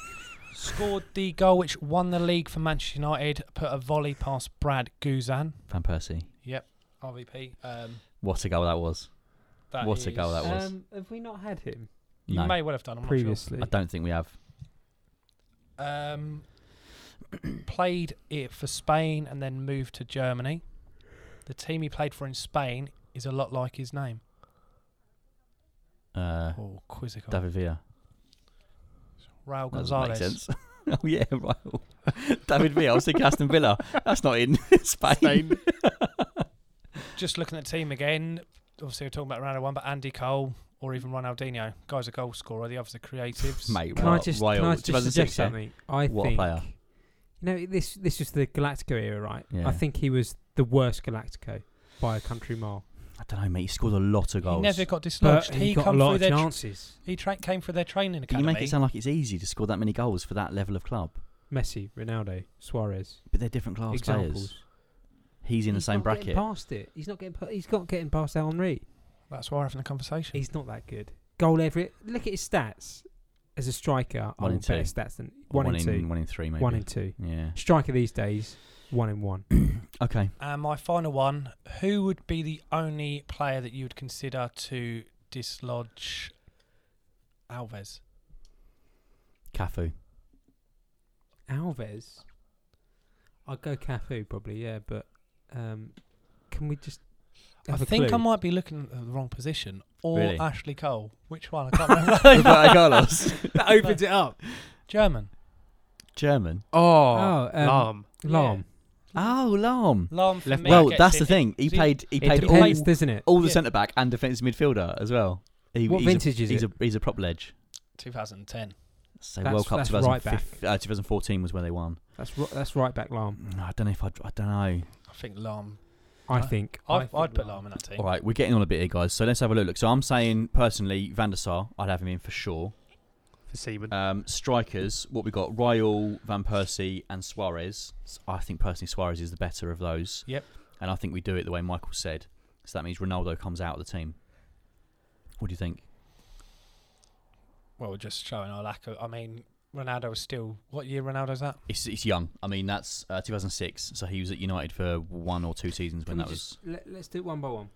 D: Scored the goal which won the league for Manchester United. Put a volley past Brad Guzan,
A: Van Persie.
D: RVP. Um,
A: What a goal that was.
D: that
A: What a goal
D: is-
A: that was.
B: Um, have we not had him
D: You
A: no,
D: may well have done. I'm
B: previously?
A: I don't think we have.
D: not sure. Um, played it for Spain and then moved to Germany. The team he played for in Spain is a lot like his name.
A: Uh,
D: Oh, quizzical.
A: David Villa.
D: Raul
A: That doesn't make
D: Gonzalez.
A: sense. [LAUGHS] oh, yeah, right. [LAUGHS] David Villa. I was thinking Aston Villa. That's not in [LAUGHS] Spain. [LAUGHS]
D: Just looking at the team again, obviously we're talking about round one, but Andy Cole or even Ronaldinho. Guy's a goal scorer, the others are
A: [LAUGHS]
D: creatives.
A: Mate,
B: Can
A: Royal,
B: I just,
A: Royal.
B: can I just
A: 2006,
B: suggest
A: yeah?
B: something? I
A: What a
B: think
A: player.
B: you know this. This was the Galactico era, right?
A: Yeah.
B: I think he was the worst Galactico by a country mile.
A: I don't know, mate. He scored a lot of
D: He
A: goals.
D: never got dislodged.
B: he, got a
D: come
B: lot
D: through
B: of
D: their tr-
B: chances.
D: he tra- came through their training
A: But you
D: academy.
A: make it sound like it's easy to score that many goals for that level of club.
B: Messi, Ronaldo, Suarez.
A: But they're different class
B: examples.
A: players. He's in the
B: He's
A: same
B: not getting
A: bracket.
B: Past it, he's not getting. pa- He's not getting past Henri.
D: That's why we're having the conversation.
B: He's not that good. Goal every. Look at his stats as a striker.
A: One
B: I
A: in
B: would better
A: two.
B: stats than
A: Or
B: one, in two,
A: one in three, maybe.
B: one in two.
A: Yeah.
B: Striker these days, one in one.
A: Okay.
D: And my final one: Who would be the only player that you would consider to dislodge Alves?
A: Cafu.
B: Alves. I'd go Cafu probably, yeah, but um, can we just? Have
D: I
B: a
D: think
B: clue? [LAUGHS]
D: I might be looking at the wrong position. Or
A: Really?
D: Ashley Cole.
A: [LAUGHS]
D: Which one? I can't remember.
A: Roberto Carlos.
B: that opens it up.
D: German.
A: [LAUGHS] German.
C: Oh,
B: Oh, um,
C: Lam.
B: Lam.
A: Oh, Lam.
D: Lom for
C: Left
D: me
C: Yeah,
A: well,
D: gets
A: that's
D: it.
A: the thing. He
D: He-
A: played. He
B: It
A: played all,
B: depends, doesn't it?
A: all the
D: Yeah.
A: centre back and defensive midfielder as well. He,
B: What
A: he's
B: vintage
A: a,
B: is
A: he's
B: it?
A: A, he's a prop ledge.
D: 2010.
A: So
B: That's-
A: World Cup
B: that's right
A: 2015 uh, 2014 was where they won.
B: That's ri- that's right back Lam.
A: I don't know if I'd, I don't know.
D: I think Lom.
B: I
D: Right.
B: think. I
D: I'd,
B: think
D: I'd put
B: Lahm.
D: Lom in that team.
A: All right, we're getting on a bit here, guys. So let's have a look. Look, so I'm saying personally, Van der Sar, I'd have him in for sure.
C: for Seaman.
A: Um, strikers, what we got? Rayal, Van Persie, and Suarez. S- I think personally Suarez is the better of those.
D: Yep.
A: And I think we do it the way Michael said. So that means Ronaldo comes out of the team. What do you think?
D: Well, we're just showing our lack of. I mean, Ronaldo was still. What year Ronaldo's at?
A: It's, it's young. I mean, that's uh, 2006. So he was at United for one or two seasons when
B: Can we
A: that was.
B: just- let, us do it one by one.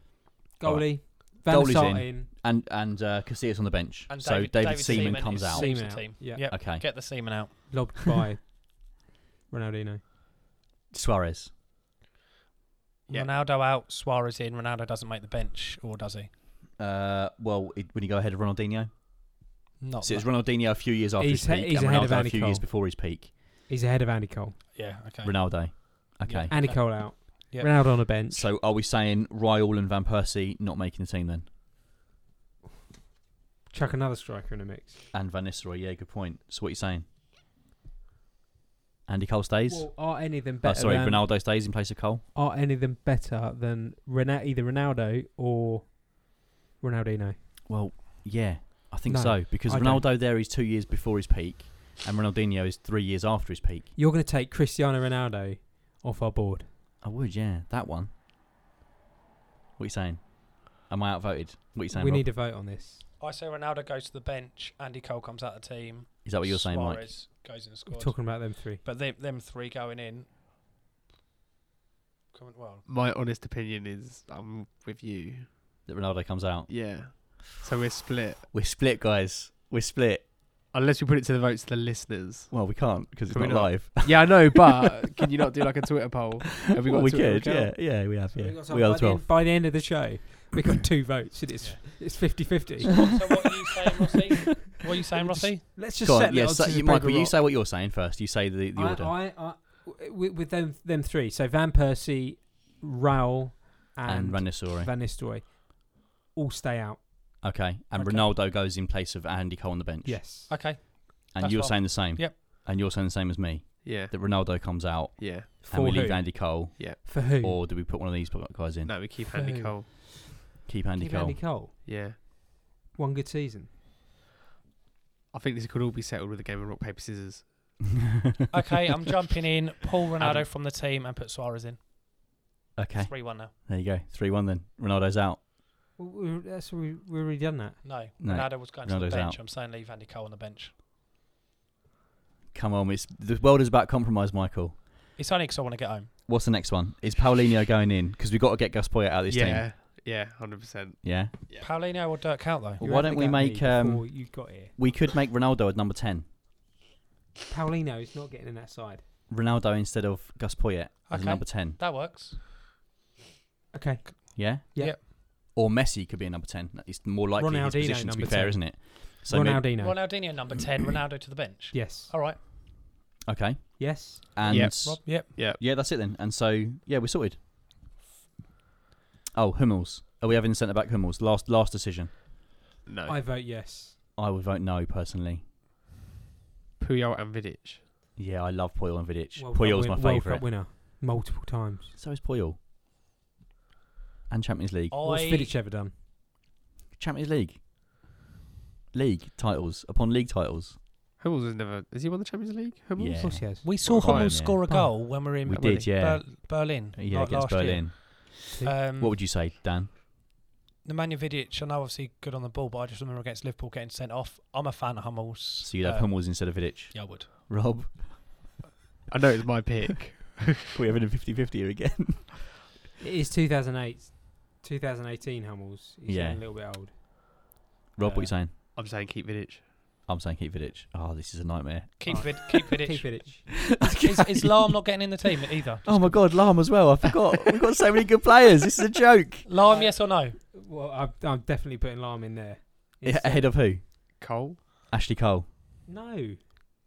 A: All right.
B: Goalie, Van der
A: Goalie's
B: Sar
A: in.
B: in,
A: And and uh, Casillas on the bench.
D: And
A: so David, Seaman,
D: Seaman
A: comes
D: is
A: out.
D: safe
B: Seaman
D: to
B: out,
D: team.
B: yeah.
D: Yep.
A: Okay.
D: Get the Seaman out.
B: lobbed by Ronaldinho.
A: Suarez.
B: Yeah.
D: Ronaldo out. Suarez in. Ronaldo doesn't make the bench, or does he?
A: Uh, well, it, when you go ahead of Ronaldinho,
D: Not.
A: so it's
D: that-
A: Ronaldinho a few years after
B: He's
A: his
B: he-
A: peak,
B: he's
A: and
B: ahead of
A: Ronaldo a
B: Andy
A: few years
B: Cole.
A: before his peak.
B: He's ahead of Andy Cole.
D: yeah. Okay.
A: Ronaldo. Okay.
B: Andy
D: Okay.
B: Cole out.
D: Yep.
B: Ronaldo on the bench.
A: So are we saying Ryall and Van Persie not making the team then?
B: Chuck another striker in the mix.
A: And Van Nistelrooy, yeah, good point. So what are you saying? Andy Cole stays?
B: Well, are any of them
A: Oh,
B: better?
A: sorry,
B: than,
A: Ronaldo stays in place of Cole?
B: Are any of them better than Rena- either Ronaldo or Ronaldinho?
A: Well, yeah, I think
B: No,
A: so. Because
B: I
A: Ronaldo
B: don't.
A: there is two years before his peak and Ronaldinho is three years after his peak.
B: You're going to take Cristiano Ronaldo off our board.
A: I would, yeah, that one. What are you saying? Am I outvoted? What are you saying,
B: we
A: Rob?
B: need a vote on this.
D: I say Ronaldo goes to the bench. Andy Cole comes out of the team.
A: Is that what you're saying, Mike?
D: Suarez goes in the
B: We're
D: squad.
B: talking about them three.
D: But them, them three going in. Coming, well,
C: My honest opinion is I'm with you.
A: That Ronaldo comes out.
C: Yeah. So we're split.
A: We're split, guys. We're split.
C: Unless we put it to the votes of the listeners.
A: Well, we can't because it's
C: Can we
A: not,
C: not?
A: live.
C: [LAUGHS] Yeah, I
A: [LAUGHS]
C: know, but can you not do like a Twitter poll? Have we got
A: Well,
C: a
A: we
C: Twitter
A: could, yeah,
C: account?
A: yeah, we have,
B: So
A: yeah.
B: we got some-
A: We are
B: by, the
A: twelve.
B: end, by the end of the show, we got two votes. And it's
D: Yeah.
B: it's 50-50.
A: [LAUGHS]
B: [LAUGHS]
D: So what are you saying,
C: [LAUGHS]
D: Rossi? What are you [LAUGHS] saying, Rossi?
B: Let's just
A: Go on,
B: set
A: yeah,
B: the odds
A: so
B: as
A: you-
B: a
A: Michael,
B: paper
A: you
B: rock.
A: say what you're saying first. You say the, the
B: I-
A: order.
B: I, I, with, with them them three, so Van Persie, Raul,
A: and
B: and,
A: Van Nistelrooy.
B: Van Nistelrooy, all stay out.
A: okay, and
D: Okay.
A: Ronaldo goes in place of Andy Cole on the bench.
B: Yes.
D: Okay.
A: and
D: that's
A: you're
D: fine.
A: saying the same.
D: Yep.
A: And you're saying the same as me
C: Yeah.
A: that Ronaldo comes out
C: Yeah.
A: and
B: For
A: we
B: who?
A: leave Andy Cole,
B: For who?
A: or do we put one of these guys in?
C: No, we keep Andy
B: Who?
C: Cole.
A: Keep Andy
B: Keep
A: Cole.
B: Andy Cole.
C: Yeah.
B: One good season.
C: I think this could all be settled with a game of rock, paper, scissors.
A: [LAUGHS]
D: Okay, I'm jumping in. Pull Ronaldo
C: Adam.
D: from the team and put Suarez in.
A: okay,
D: 3 1 now.
A: there you go. Three-one then. Ronaldo's out.
B: Well, we, that's we we already done that.
D: No,
A: No,
D: Ronaldo was going to
A: Ronaldo's
D: the bench.
A: out.
D: I'm saying leave Andy Cole on the bench.
A: Come on, it's the world is about compromise, Michael.
D: It's only 'cause I want to get home.
A: What's the next one? Is Paulinho going in? Because we've got to get Gaspoya out of this
C: yeah.
A: team.
C: Yeah, 100%.
A: Yeah.
C: Yeah.
D: Paulino or Dirk out, though?
A: Well,
B: You
A: why
B: had
A: don't
B: the
A: we
B: gap
A: make,
B: me
A: um,
B: before you got here?
A: We could make Ronaldo at number ten.
B: Paulino is not getting in that side.
A: Ronaldo instead of Gaspoya as
D: Okay.
A: number ten.
D: That works.
B: Okay.
A: Yeah.
B: Yeah.
D: Yep.
A: Or Messi could be a number ten. It's more likely his
B: Ronaldinho
A: position to be
B: number
A: fair,
B: 10.
A: isn't it? maybe-
B: Ronaldinho.
A: [CLEARS THROAT]
D: Ronaldinho number 10, Ronaldo to the bench.
B: yes.
D: All right.
A: okay,
B: Yes.
A: and
C: Yeah.
D: Rob? Yep.
A: yeah, that's it then. And so yeah, we're sorted. Oh, Hummels. Are we having centre back Hummels? Last last decision.
C: No.
B: I vote yes.
A: I would vote no personally.
C: Puyol and Vidic.
A: Yeah, I love Puyol and Vidic.
B: World Cup
A: Puyol's
B: win-
A: my
B: World
A: favourite.
B: Cup winner multiple times.
A: So is Puyol. And Champions League.
B: What's
D: I,
B: Vidic ever done?
A: Champions League. League titles upon league titles.
C: Hummels has never. Has he won the Champions League? Hummels?
A: Yeah.
B: Of course he has.
D: we saw
A: Bayern,
D: Hummels
A: yeah.
D: score a
B: Bayern.
D: goal when we were in
A: We
C: Not
A: did,
C: really.
A: yeah,
D: Ber- Berlin.
A: yeah,
D: like
A: against
D: last year.
A: Berlin.
D: Um,
A: What would you say, Dan?
D: Nemanja Vidic, I know obviously good on the ball, but I just remember against Liverpool getting sent off. I'm a fan of Hummels.
A: So you'd have Hummels instead of Vidic.
D: Um, Yeah, I would.
A: Rob, [LAUGHS]
C: I know it's my pick. [LAUGHS]
A: we having a 50 50 here again.
B: It is 2008, 2018 Hummels. He's
A: Yeah.
B: getting a little bit old.
A: Rob, what
C: Uh,
A: you saying?
C: I'm saying keep Vidic.
A: I'm saying keep Vidic. Oh, this is a nightmare.
D: Keep, vid- keep [LAUGHS] Vidic.
B: Keep Vidic.
D: Is, is Lahm not getting in the [LAUGHS] team either?
A: Oh my god, Lam as well. I forgot. We've got so many good players. This is a joke.
D: Lahm, yes or no?
B: Well, I'm, I'm definitely putting Lahm in there.
A: Yeah,
B: Instead-
A: ahead of who?
C: Cole.
A: Ashley Cole.
B: No.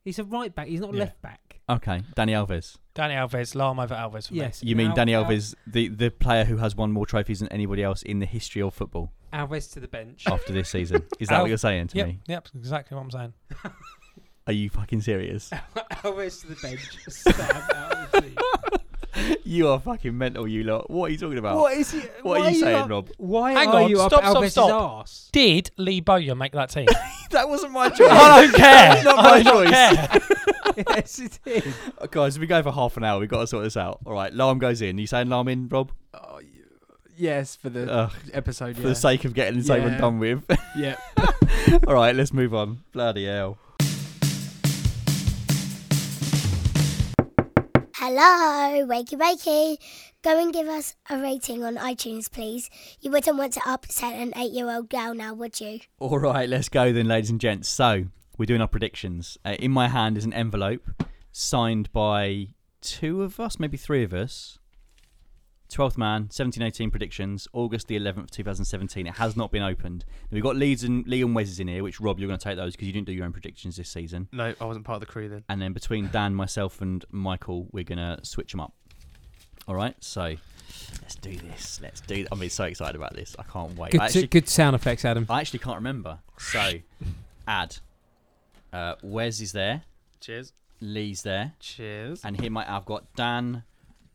B: He's a right back. He's not a
D: Yeah.
B: left back.
A: Okay. Danny Alves.
D: Danny Alves, Lahm over Alves for me.
B: Yes.
A: You mean
B: Al-
A: Danny
B: Al-
A: Alves, the, the player who has won more trophies than anybody else in the history of football
B: Alves to the bench.
A: after this season? Is that
D: Al-
A: what you're saying to
D: Yep,
A: me?
D: yep, exactly what I'm saying.
A: Are you fucking serious?
D: [LAUGHS]
B: Alves to the bench. Sam Alves.
A: [LAUGHS] you are fucking mental, you lot. What are you talking about?
B: What is he?
A: What
B: why
A: are you saying,
B: up-
A: Rob?
B: Why
D: Hang
B: are
D: on,
B: you up
D: stop, stop,
B: Alves'
D: stop.
B: arse?
D: Did Lee Bowyer make that [LAUGHS] team?
A: [LAUGHS] That wasn't [LAUGHS] my choice.
D: I don't care.
A: That's not [LAUGHS] my
D: I don't
A: choice.
D: care.
A: [LAUGHS]
B: yes, it is.
A: Uh, Guys, we go for half an hour. We've got to sort this out. All right, Lam goes in. you saying Lam in, Rob?
C: Oh, y- yes, for the
A: Ugh,
C: episode.
A: Uh, for
C: yeah.
A: the sake of getting this over and
C: Yeah.
A: done with. [LAUGHS]
C: yeah.
A: All right, let's move on. Bloody hell.
E: Hello, wakey wakey. Go and give us a rating on iTunes, please. You wouldn't want to upset an eight year old girl now, would you?
A: All right, let's go then, ladies and gents. So we're doing our predictions. Uh, in my hand is an envelope signed by two of us, maybe three of us. 12th man, 1718 predictions, August the 11th, 2017. It has not been opened. Now, we've got Leeds and Lee and Wes in here, which Rob, you're going to take those because you didn't do your own predictions this season.
C: No, I wasn't part of the crew then.
A: And then between Dan, myself, and Michael, we're going to switch them up. All right, so let's do this. Let's do. I'm being so excited about this. I can't wait.
B: Good,
A: I actually-
B: good sound effects, Adam.
A: I actually can't remember. So, add. Uh, Wes is there.
C: Cheers.
A: Lee's there.
C: Cheers.
A: And here might I've got Dan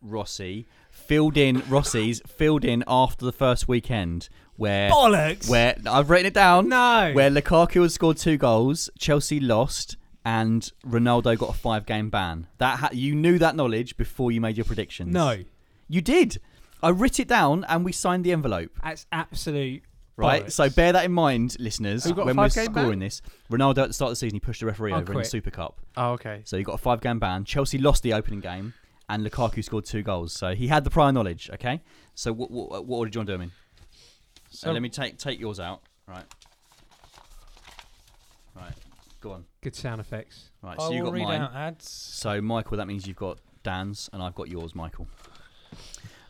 A: Rossi filled in Rossi's filled in after the first weekend where
B: Bollocks.
A: where I've written it down.
B: No.
A: Where Lukaku has scored two goals, Chelsea lost, and Ronaldo got a five-game ban. That ha- you knew that knowledge before you made your predictions.
B: no.
A: you did. I writ it down, and we signed the envelope.
B: That's absolute.
A: Right,
B: Bollocks.
A: so bear that in mind, listeners.
C: Who got a
A: When we're
C: five-game
A: scoring
C: ban?
A: this, Ronaldo at the start of the season, he pushed the referee
B: I'll
A: over in the
B: quit.
A: Super Cup,
C: Oh, okay.
A: so he got a five-game ban. Chelsea lost the opening game, and Lukaku scored two goals, so he had the prior knowledge. Okay, so what what, what order do you want to do 'em in? So
D: So-
A: let me take take yours out. Right, right, go on.
B: Good sound effects.
A: Right,
D: I
A: so you
D: will
A: got
D: read
A: mine.
D: out ads.
A: So Michael, that means you've got Dan's, and I've got yours, Michael.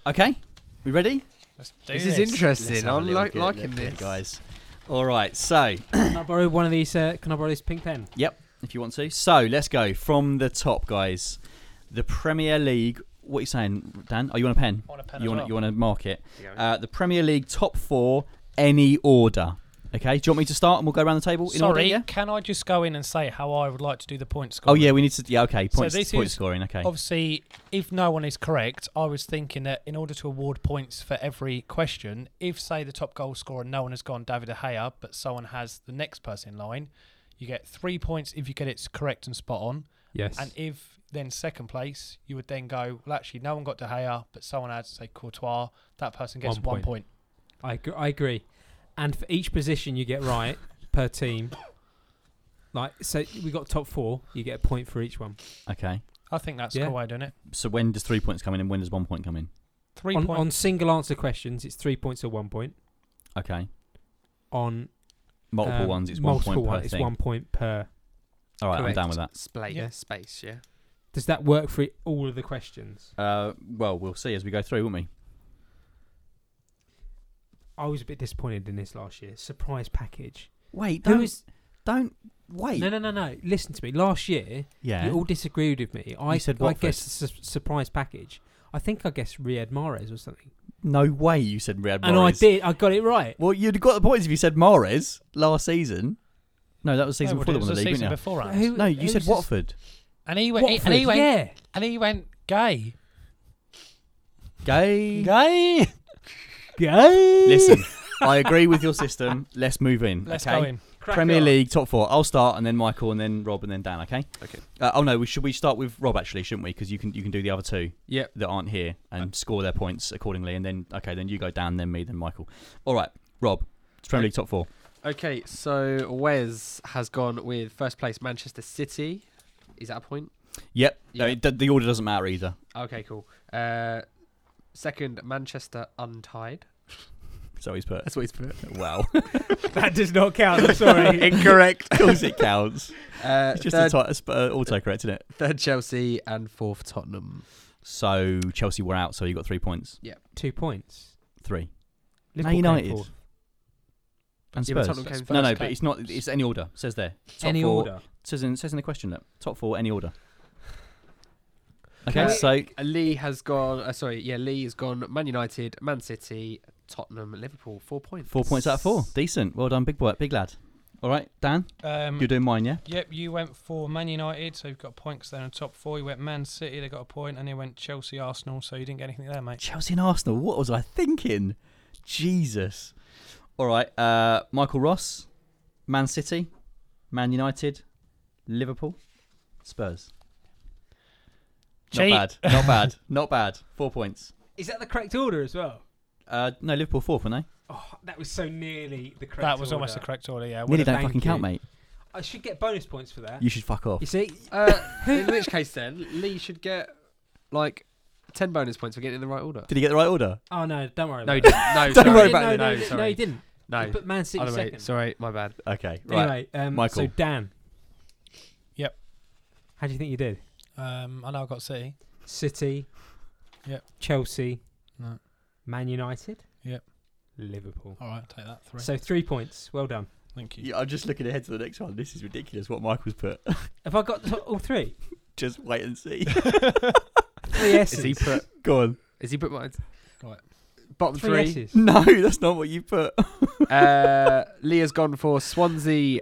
A: Okay, we ready?
D: Let's do
C: This
D: this.
C: is
A: Let's
C: interesting.
A: have a
C: I'm
A: little
C: li-
A: good
C: liking
A: look here,
C: this.
A: guys. All right, so.
B: can I borrow one of these? Uh, can I borrow this pink pen?
A: if you want to. So let's go from the top, guys. The Premier League. What are you saying, Dan? Oh, you want a pen?
D: I want a pen
A: you
D: as
A: want
D: well.
A: you want to mark it?
C: There you go.
A: Uh, the Premier League top four, any order. Okay. Do you want me to start and we'll go around the table? In
D: Sorry,
A: order, yeah?
D: can I just go in and say how I would like to do the point score?
A: Oh yeah, we need to. Yeah, okay.
D: So
A: Points,
D: this
A: point
D: is
A: scoring. Okay.
D: Obviously, if no one is correct, I was thinking that in order to award points for every question, if say the top goal scorer no one has gone David De Gea, but someone has the next person in line, you get three points if you get it correct and spot on.
B: Yes.
D: And if then second place, you would then go, well, actually, no one got De Gea, but someone had, say, Courtois. That person gets
B: One
D: one,
B: point.
D: point.
B: I, gr- I agree. And for each position you get
D: [LAUGHS]
B: right per team, like so, we got top four. You get a point for each one.
A: Okay.
D: I think that's
B: Yeah.
D: a cool way of doing it.
A: So when does three points come in and when does one point come in?
D: Three
B: On,
D: point.
B: on single answer questions, it's three points or one point.
A: Okay.
B: On
A: Multiple
B: um,
A: ones. It's one
B: multiple
A: point
B: one,
A: per
B: it's
A: thing.
B: one point per.
A: All right, I'm down with that.
C: Splay,
D: Yeah.
C: Space, yeah.
B: Does that work for all of the questions?
A: Uh, well, we'll see as we go through, won't we?
B: I was a bit disappointed in this last year. Surprise package.
A: Wait,
B: Who
A: don't
B: is?
A: don't wait.
B: No, no, no, no. Listen to me. Last year,
A: Yeah.
B: you all disagreed with me. I
A: You said
B: I
A: Watford.
B: guessed su- surprise package. I think I guessed Riyad Mahrez or something.
A: No way. You said Riyad
B: And I
A: Mahrez.
B: did. I got it right.
A: Well, you'd have got the points if you said Mares last season. No, that was
D: No,
A: season
D: well,
A: before
D: it
A: they won
D: was
A: the
D: the
A: league,
D: season
A: didn't you?
D: before, Alex.
B: Who-
A: No, you
B: who
A: said
B: was this-
A: Watford.
D: And he went,
B: Watford,
D: and he went,
B: yeah.
D: and he went gay.
A: Gay.
D: Gay.
B: Gay.
A: Listen, I agree with your system. Let's move in.
D: Let's
A: okay?
D: go in.
A: Premier League top four. I'll start, and then Michael, and then Rob, and then Dan. Okay.
C: Okay.
A: Uh, oh no, we should we start with Rob actually, shouldn't we? Because you can you can do the other two
C: Yep.
A: that aren't here and score their points accordingly, and then okay, then you go Dan, then me, then Michael. All right. Rob, it's Premier League top four.
C: Okay, so Wes has gone with first place Manchester City. Is that a point?
A: Yep. No,
C: Yeah.
A: it- Uh, the, the order doesn't matter either.
C: Okay, cool. Uh, second Manchester Untied.
A: So he's
C: [LAUGHS]
A: put.
C: what he's put.
A: Wow.
B: that does not count. I'm
A: [LAUGHS]
B: sorry.
C: [LAUGHS]
A: Incorrect. [LAUGHS] of course it counts.
C: Uh,
A: It's just
C: third,
A: a t- uh, autocorrect, isn't it?
C: third Chelsea and fourth Tottenham.
A: So Chelsea were out, so you got three points.
B: Two points.
A: Three.
B: Liverpool came
A: United.
B: fourth.
A: And
C: Yeah, but
A: Spurs.
C: Tottenham came
A: no, no,
D: first.
A: but it's not. It's any order. It says there. Top
B: Any
A: four,
B: order.
A: Says in says in the question that top four any order. Okay,
C: Can we-
A: so
C: Uh, Lee has gone. Uh, sorry, yeah, Lee has gone. Man United, Man City, Tottenham, Liverpool. Four points.
A: four points out of four. Decent. Well done, big boy, big lad. All right, Dan,
D: Um,
A: you're doing mine, yeah.
D: Yep, you went for Man United, so you've got points there on top four. You went Man City, they got a point, and you went Chelsea, Arsenal, so you didn't get anything there, mate.
A: Chelsea and Arsenal. What was I thinking? Jesus. All right, uh, Michael Ross, Man City, Man United, Liverpool, Spurs.
D: Cheat.
A: Not bad. Not bad. not bad. Four points.
B: Is that the correct order as well?
A: Uh, no, Liverpool fourth, weren't they?
B: Oh, that was so nearly the correct.
D: That was almost the
B: order.
D: correct order, yeah.
A: Nearly
B: have
A: don't
B: thank
A: fucking count,
B: you.
A: mate.
B: I should get bonus points for that.
A: You should fuck off.
B: You see,
C: Uh,
A: [LAUGHS]
C: in which case, then Lee should get like ten bonus points for getting it in the right order.
A: Did he get the right order?
B: Oh no, don't worry.
C: No, he
B: about it.
C: didn't.
A: [LAUGHS]
C: no.
A: Don't
C: sorry.
A: worry about
B: no,
A: it.
B: No,
C: No,
B: no,
C: sorry.
B: no, he didn't.
C: No.
B: But Man City
C: Other way.
B: second.
C: Sorry, my bad.
A: Okay, right.
B: Anyway, um,
A: Michael.
B: so Dan.
D: Yep.
B: How do you think you did?
D: Um, I know I got City.
B: City.
D: Yep.
B: Chelsea.
D: No.
B: Man United.
D: Yep.
B: Liverpool.
D: All right, take that. Three.
B: So three points. Well done.
D: Thank you.
A: Yeah, I'm just looking ahead to the next one. This is ridiculous. What Michael's put. [LAUGHS]
B: Have I got to- all three?
A: just wait and see.
B: Three S's.
C: Is he put?
A: Go on.
C: Is he put mine?
D: Right.
C: Bottom
B: three,
C: three.
B: S's.
A: No, that's not what you put.
C: uh, Lee has gone for Swansea,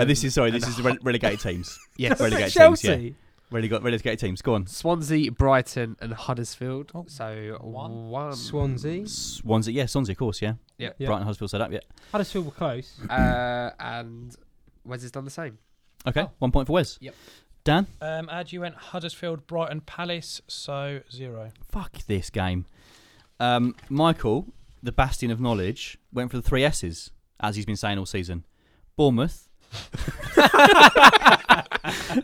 A: [LAUGHS] Uh, this is sorry.
C: and
A: This is rele- relegated teams.
C: yes.
A: Really good.
B: Chelsea.
A: teams, Really got relegated teams. Go on.
C: Swansea, Brighton, and Huddersfield.
D: Oh,
C: so
D: one.
C: one.
B: Swansea.
A: Swansea, yeah, Swansea, of course, yeah.
C: Yeah.
B: Yeah.
A: Brighton Huddersfield set up, yeah.
B: Huddersfield were close.
C: Uh, and Wes has done the same.
A: Okay, one point for Wes.
C: Yep.
A: Dan,
D: Um, Ad, you went Huddersfield, Brighton, Palace, so zero.
A: fuck this game. Um, Michael, the bastion of knowledge, went for the three S's, as he's been saying all season. Bournemouth, [LAUGHS]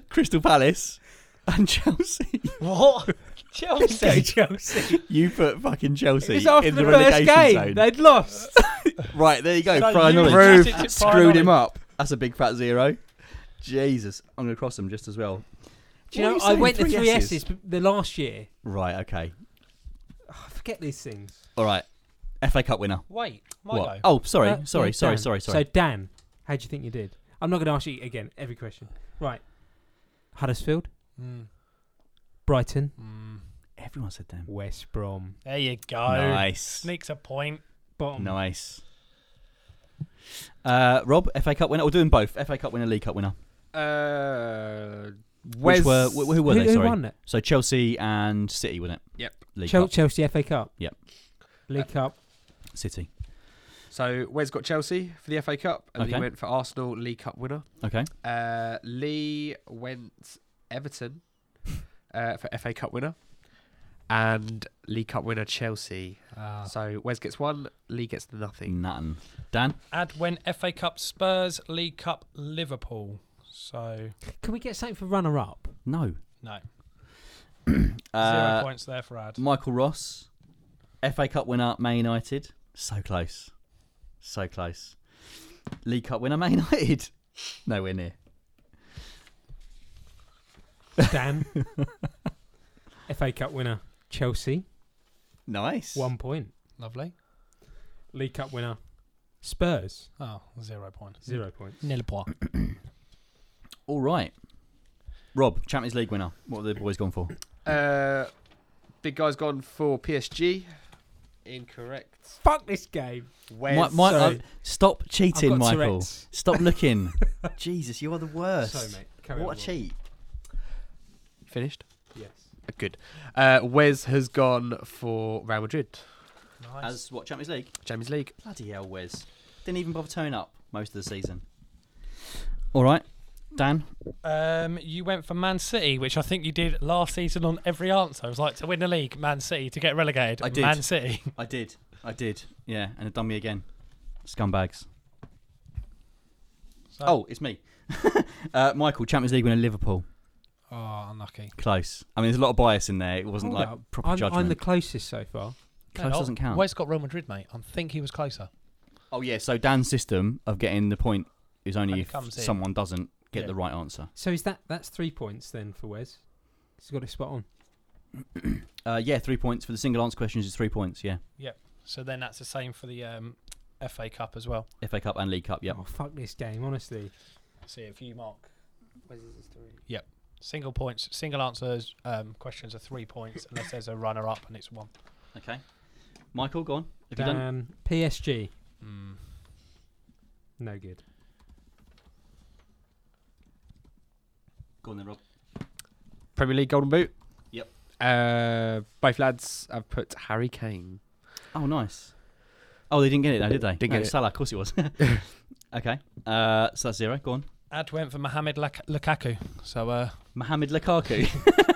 A: Crystal Palace, and Chelsea. [LAUGHS]
B: What?
A: Okay,
B: Chelsea. Chelsea.
A: You put fucking Chelsea
B: It's after
A: in
B: the,
A: the,
B: first
A: relegation
B: game.
A: zone.
B: They'd lost.
A: Right, there you go.
D: So
A: prior
D: you
A: knowledge.
D: adjusted
C: Prove
D: to prior
C: screwed him
D: knowledge.
C: up.
A: That's a big fat zero. Jesus, I'm gonna cross them just as well.
B: Do you
A: What are
B: know, I
A: saying?
B: went the three S's, but the last year.
A: Right, okay.
B: Oh, I forget these things.
A: All right. FA Cup winner.
D: Wait, my
A: What?
D: go.
A: Oh, sorry,
B: Uh,
A: sorry,
B: yeah,
A: sorry,
B: Dan.
A: sorry, sorry,
B: So Dan, how do you think you did? I'm not going to ask you again every question. Right. Huddersfield,
D: Mm,
B: Brighton,
D: mm.
A: Everyone said them.
B: West Brom,
D: There you go.
A: Nice.
D: Sneaks a point.
B: bottom.
A: Nice. Uh, Rob, FA Cup winner. We'll do them both. FA Cup winner, League Cup winner.
C: Uh, Wes.
A: Which were, wh- who
B: Who,
A: were they?
B: who
A: Sorry.
B: won it?
A: So Chelsea and City, wasn't it?
C: Yep.
A: League
B: Chel-
A: Cup.
B: Chelsea FA Cup.
A: Yep. Uh,
B: League Cup.
A: City.
C: So Wes got Chelsea for the FA Cup, and
A: Okay.
C: Lee went for Arsenal League Cup winner.
A: Okay.
C: Uh, Lee went Everton uh, for FA Cup winner, and League Cup winner Chelsea.
D: Ah.
C: So Wes gets one, Lee gets nothing.
A: Nothing. Dan.
D: Ad went FA Cup, Spurs, League Cup, Liverpool. So
B: Can we get something for runner
A: [LAUGHS]
B: up?
A: No.
D: no, zero
A: Uh,
D: points there for Ad.
A: Michael Ross, FA Cup winner, Man United. So close. So close. League Cup winner, Man [LAUGHS] United. Nowhere near.
B: Dan. FA Cup winner, Chelsea.
A: Nice.
B: One point.
D: Lovely.
B: League Cup winner, Spurs.
D: Oh, zero points.
A: Hmm.
B: Zero points.
D: Nil point.
A: All right. Rob, Champions League winner. What have the boys gone for? Mm.
C: Uh, big guy's gone for PSG. Incorrect.
B: Fuck this game.
C: Wes.
A: Mi- mi-
B: Sorry.
A: uh, stop cheating,
B: I've got
A: Michael.
B: Tourette's.
A: Stop looking. [LAUGHS] Jesus, you are the worst.
B: Sorry, mate. Carry
A: what
B: on,
A: a
B: Will.
A: cheat.
C: Finished.
B: Yes.
C: Good. Uh, Wes has gone for Real Madrid.
D: Nice.
A: As what Champions League?
C: Champions League.
A: Bloody hell, Wes. Didn't even bother turning up most of the season. All right,
B: [LAUGHS]
A: Dan.
D: Um, you went for Man City, which I think you did last season on every answer. It was like to win the league, Man City, to get relegated,
A: I did.
D: Man City.
A: I did. I did. Yeah, and it done me again. Scumbags.
D: So,
A: Oh, it's me. [LAUGHS] uh, Michael, Champions League winner Liverpool.
D: [LAUGHS] oh, unlucky.
A: Close. I mean, there's a lot of bias in there. It wasn't
B: Hold
A: like
B: up.
A: proper
B: I'm,
A: judgment.
B: I'm the closest so far.
A: Close doesn't count.
D: Where's got Real Madrid, mate? I think he was closer.
A: Oh yeah, so Dan's system of getting the point is
D: When
A: only
D: it
A: if
D: comes in.
A: someone doesn't get
D: Yeah.
A: the right answer.
B: So is that that's three points then for Wes? He's got it spot on.
A: Uh, yeah, three points for the single answer questions is three points. Yeah,
D: So then that's the same for the um, FA Cup as well.
A: FA Cup and League Cup. Yep.
B: Oh fuck this game, honestly.
D: See if you mark. Yep. Single points, single answers. Um, questions are three points unless there's a runner-up and it's one.
A: Okay. Michael, go on. Have you done?
B: Dan, PSG,
A: Hmm.
D: Mm.
B: no good.
A: Go on then, Rob.
C: Premier League Golden Boot.
A: Yep.
C: Uh, both lads have put Harry Kane.
A: Oh, nice. Oh, they didn't get it, though, did they?
C: Didn't
A: no,
C: get it.
A: Salah, of course it
C: [LAUGHS]
A: was. [LAUGHS] okay. Uh, so that's zero. Go on.
D: Ad went for Mohamed Lak- Lukaku. So uh,
A: Mohamed [LAUGHS] Lukaku.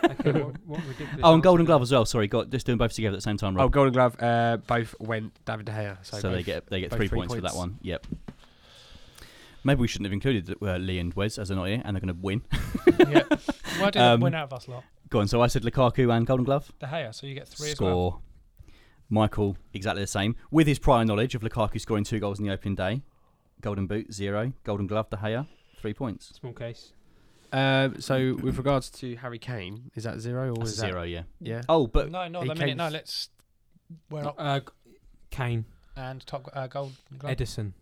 B: Okay, what, what ridiculous
A: oh, and Golden
B: answer.
A: Glove as well. Sorry, got just doing both together at the same time,
C: Oh,
A: Rob.
C: Golden Glove. Uh, both went David De Gea. So,
A: so they
C: both-
A: get they get
C: both
A: three,
C: three
A: points, for that
C: points.
A: one. Yep. Maybe we shouldn't have included uh, Lee and Wes as they're not here, and they're going to win. [LAUGHS]
D: yeah. why did
A: Um,
D: it win out of us lot?
A: Go on. So I said Lukaku and Golden Glove.
D: De Gea. So you get three as well.
A: Score. Michael exactly the same with his prior knowledge of Lukaku scoring two goals in the opening day. Golden Boot zero. Golden Glove De Gea three points.
B: Small case.
C: Um, so with regards to Harry Kane, is that zero or
A: That's
C: is that
A: zero. Yeah.
C: Yeah.
A: Oh, but
D: no, not
C: he
D: the minute.
C: came
D: No,
C: f-
D: let's. We're up
B: Uh, Kane,
D: and top uh, gold. Glove.
B: Edison.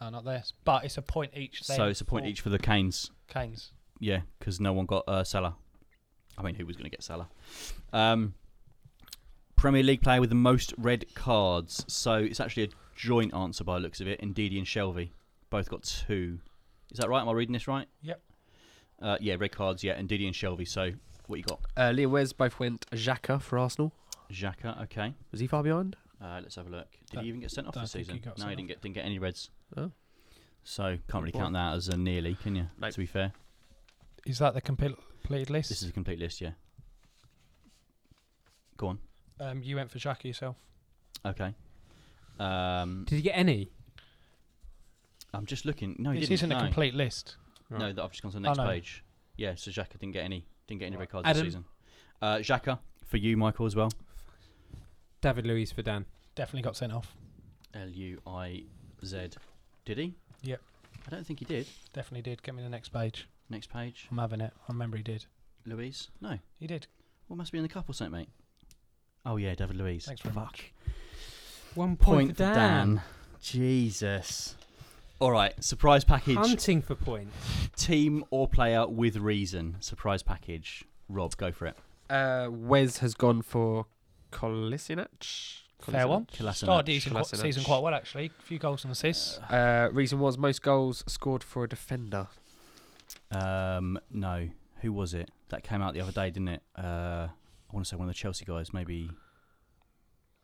D: Oh, not theirs. But it's a point each. Then
A: so it's a point
D: for
A: each for the Canes.
D: Kane's.
A: Yeah, because no one got uh, Salah. I mean, who was going to get Salah? Um, Premier League player with the most red cards. So it's actually a joint answer by the looks of it. Ndidi and Shelby both got two. Is that right? Am I reading this right?
D: Yep.
A: Uh, yeah, red cards. Yeah, Ndidi and Shelby. So what you got?
C: Uh, Leo Wes both went Xhaka for Arsenal.
A: Xhaka. Okay.
C: Was he far behind?
A: Uh, let's have a look. Did
D: Don't-
A: he even get sent off
D: don't
A: this
D: think he
A: season?
D: got
A: no,
D: sent
A: he
D: off.
A: didn't get didn't get any reds.
C: Oh.
A: So can't really
C: boy.
A: count that as a nearly, can you?
C: Nope.
A: To be fair,
D: Is that the complete completed list?
A: this is a complete list. Yeah. Go on.
D: um, you went for Xhaka yourself.
A: Okay. Um,
B: Did he get any?
A: I'm just looking. No, he
D: this
A: didn't.
D: isn't
A: no.
D: a complete list.
A: No,
B: Right.
A: that I've just gone to the
D: Oh,
A: next
D: no.
A: page. Yeah, so Xhaka didn't get any. Didn't get any red cards
B: Adam.
A: this season. Uh, Xhaka for you, Michael, as well.
B: David Luiz for Dan.
D: Definitely got sent off.
A: L U I Z. Did he?
D: Yep.
A: I don't think he did.
D: Definitely did. Get me the next page.
A: Next page,
D: I'm having it. I remember he did.
A: Louise. No,
D: He did.
A: well, must be in the cup or something, mate. Oh yeah, David Louise.
D: Thanks very
A: Fuck.
D: much.
B: One
A: Point,
B: point, for Dan.
A: Jesus. All right, surprise package.
B: Hunting for points.
A: Team or player with reason. Surprise package. Rob, go for it.
C: Uh, Wes has gone for Kolasinac.
D: Fair one.
A: Kolasinac.
D: Started the season,
C: Kolasinac.
D: season quite well actually. A few goals and assists.
C: Uh, reason was most goals scored for a defender.
A: Um, no. Who was it? That came out the other day, didn't it? Uh, I want to say one of the Chelsea guys. Maybe,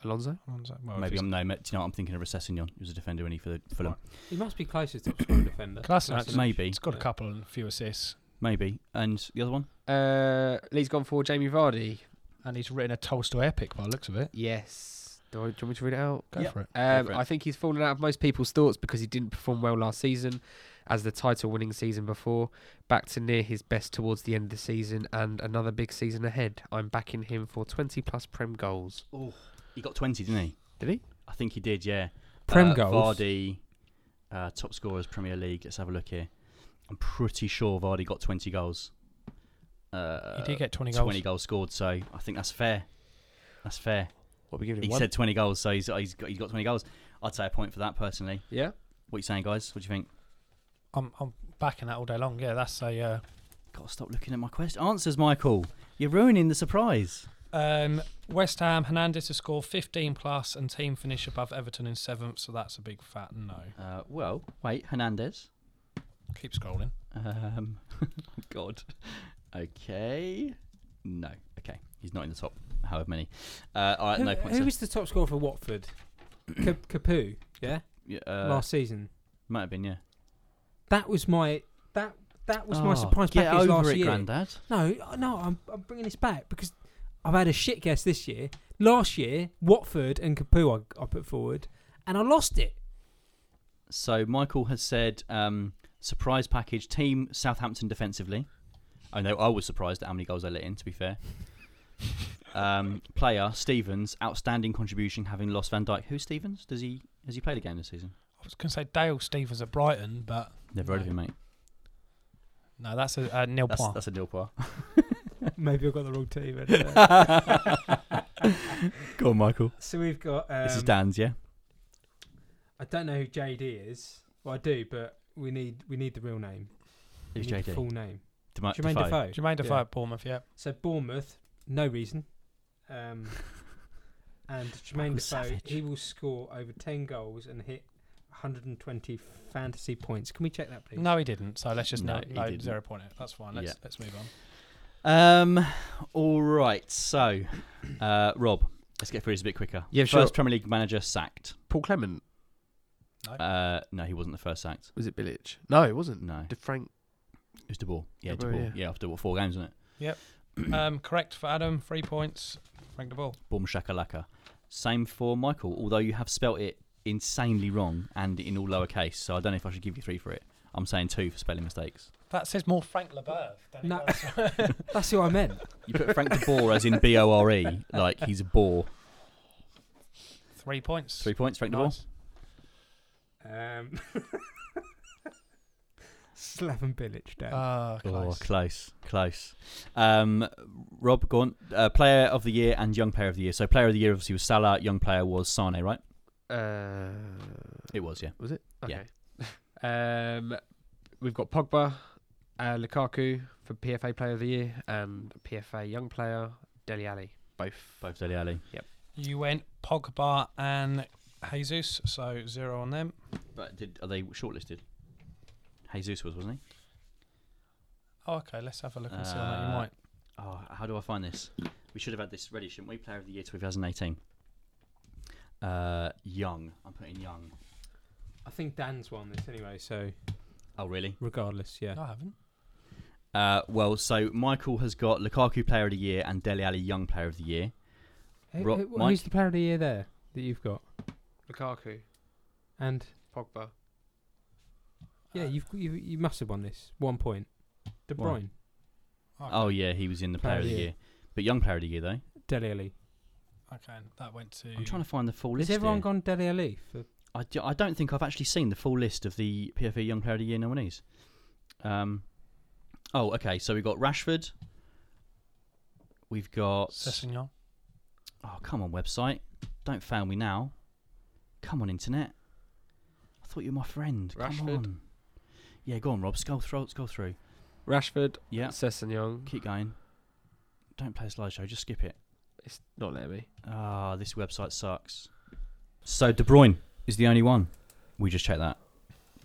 C: Alonso.
D: Well,
A: maybe I'm no. ma- Do you know? what I'm thinking of Recessignon. He was a defender, when he for the Fulham.
B: He must be closest top scorer defender.
D: Class act.
B: That's-
A: Maybe,
D: He's got a couple and a few assists,
A: maybe. And the other one,
C: Uh, Lee's gone for Jamie Vardy.
D: and he's written a Tolstoy epic by the looks of it.
C: Yes. Do, I, do you want me to read it out?
D: Go
A: Yep.
D: for it.
C: Um,
A: for it.
C: I think he's fallen out of most people's thoughts because he didn't perform well last season, as the title-winning season before. Back to near his best towards the end of the season, and another big season ahead. I'm backing him for 20 plus prem goals.
A: he got 20, didn't he?
C: Did he?
A: I think he did. Yeah.
B: Prem
A: Uh,
B: goals.
A: Vardy, uh, top scorers Premier League. Let's have a look here. I'm pretty sure Vardy got 20 goals. Uh,
D: he did get 20 goals.
A: 20 goals scored. So I think that's fair. That's fair.
C: What are we giving
A: He
C: him? One?
A: said 20 goals, so he's, he's got he's got 20 goals. I'd say a point for that personally.
C: yeah.
A: What you saying, guys? What do you think?
D: I'm, I'm backing that all day long. Yeah, that's a. Uh,
A: Gotta stop looking at my quest answers, Michael. You're ruining the surprise.
D: um, West Ham Hernandez to score 15 plus and team finish above Everton in seventh. So that's a big fat no.
A: Uh, well, wait, Hernandez.
D: Keep scrolling.
A: Um, [LAUGHS] God. Okay. No. Okay. He's not in the top. However many. Uh, all right.
B: Who,
A: no points.
B: who
A: there.
B: was the top scorer for Watford? Ka- Capu, yeah,
A: Yeah, uh,
B: last season.
A: Might have been. Yeah.
B: That was my that that was my
A: Oh,
B: surprise
A: Get
B: package
A: over
B: last
A: it,
B: year.
A: Grandad.
B: No, uh, no, I'm I'm bringing this back because I've had a shit guess this year. Last year, Watford and Capu I, I put forward, and I lost it.
A: So Michael has said um, surprise package team Southampton defensively. I know I was surprised at how many goals they let in. To be
B: [LAUGHS]
A: fair, um, player Stevens outstanding contribution having lost Van Dyke. Who's Stevens? Does he has he played a game this season?
D: I was going to say Dale Stevens at Brighton, but
A: Never heard of him, mate.
D: no, that's a, a nil
A: That's,
D: point.
A: that's a nil
C: [LAUGHS]
A: par.
B: Maybe I've got the wrong team. in [LAUGHS] there.
A: Go on, Michael.
B: so we've got. Um,
A: this is Dan's, yeah.
B: I don't know who JD is. Well, I do, but we need we need the real name. We
A: Who's
B: need
A: JD?
B: The full name.
A: Demi-
B: Jermaine
A: Defoe.
B: Defoe.
D: Jermaine Defoe
B: Yeah.
D: at Bournemouth, yeah.
B: So Bournemouth, no reason. Um, and
A: [LAUGHS]
B: Jermaine
A: Michael
B: Defoe,
A: Savage.
B: he will score over 10 goals and hit 120 fantasy points. Can we check that, please?
D: No, he didn't. So let's just
A: No,
D: no,
A: he
D: no,
A: didn't.
D: zero point it. That's fine. Let's
A: Yeah.
D: let's move on.
A: Um, all right. So, uh, Rob, let's get through this a bit quicker.
C: Yeah,
A: first
C: sure.
A: Premier League manager sacked.
C: Paul Clement
A: Uh, no, he wasn't the first sacked.
C: was it Bilic? No, it wasn't.
A: No,
C: De Frank.
A: it was De Boer. Yeah,
C: De
A: De
C: Boer,
A: Boer.
C: yeah.
A: Yeah, after what four games, wasn't it? [CLEARS THROAT] Uh,
D: Um, correct for Adam. Three points. Frank the ball.
A: Boom shakalaka. Same for Michael, although you have spelt it insanely wrong and in all lowercase. So I don't know if I should give you three for it. I'm saying two for spelling mistakes.
D: That says more Frank Laberve than
B: No.
D: it does.
B: That's who I meant.
A: You put Frank De Boer as in B O R E, like he's a bore.
D: Three points.
A: Three points, Frank De Boer.
D: Nice.
B: Um, [LAUGHS] Slaven Bilic, Dan.
D: Ah,
A: Oh,
D: close.
A: close, close. Um, Rob, go on. Uh, player of the year and young player of the year. So, player of the year obviously was Salah. Young player was Sane, right?
C: Uh,
A: It was, yeah.
C: was it?
A: Yeah.
C: Okay. [LAUGHS] um, we've got Pogba, uh, Lukaku for PFA Player of the Year, and PFA Young Player Deli Ali. Both.
A: Both Deli Ali.
D: You went Pogba and Jesus, so zero on them.
A: But did are they shortlisted? Jesus was, wasn't he?
D: Oh, okay. Let's have a look and see on that.
A: Uh,
D: You might.
A: Oh, how do I find this? We should have had this ready, shouldn't we? Player of the year 2018. Uh, young. I'm putting young.
B: I think Dan's won this anyway, so
A: Oh, really?
B: regardless, yeah.
D: No, I haven't.
A: Uh, well, so Michael has got Lukaku player of the year and Deli Ali young player of the year.
B: Who-
A: Rob-
B: who-
A: Mike?
B: who's the player of the year there that you've got?
C: Lukaku,
B: And
C: Pogba.
B: yeah,
D: Uh,
B: you've you, you must have won this. One point. De
A: Why?
B: Bruyne,
D: Okay.
A: Oh, yeah, he was in the player, of the year. But young player of the year, though.
B: Deli Ali.
D: Okay. That went to.
A: I'm trying to find the full list.
B: Has everyone
A: here.
B: gone Deli Ali for
A: I, d- I don't think I've actually seen the full list of the PFA Young Player of the Year nominees. Um, oh, okay. So we've got Rashford. We've got.
D: Sessignon.
A: Oh, come on, website. Don't fail me now. Come on, internet. I thought you were my friend. Come
C: Rashford.
A: on. Yeah, go on, Rob. Scroll through. Scroll through.
C: Rashford,
A: Yeah,
C: Sessegnon.
A: keep going. Don't play a slideshow. Just skip it.
C: It's not letting me.
A: Ah, this website sucks. So De Bruyne is the only one. We just checked that.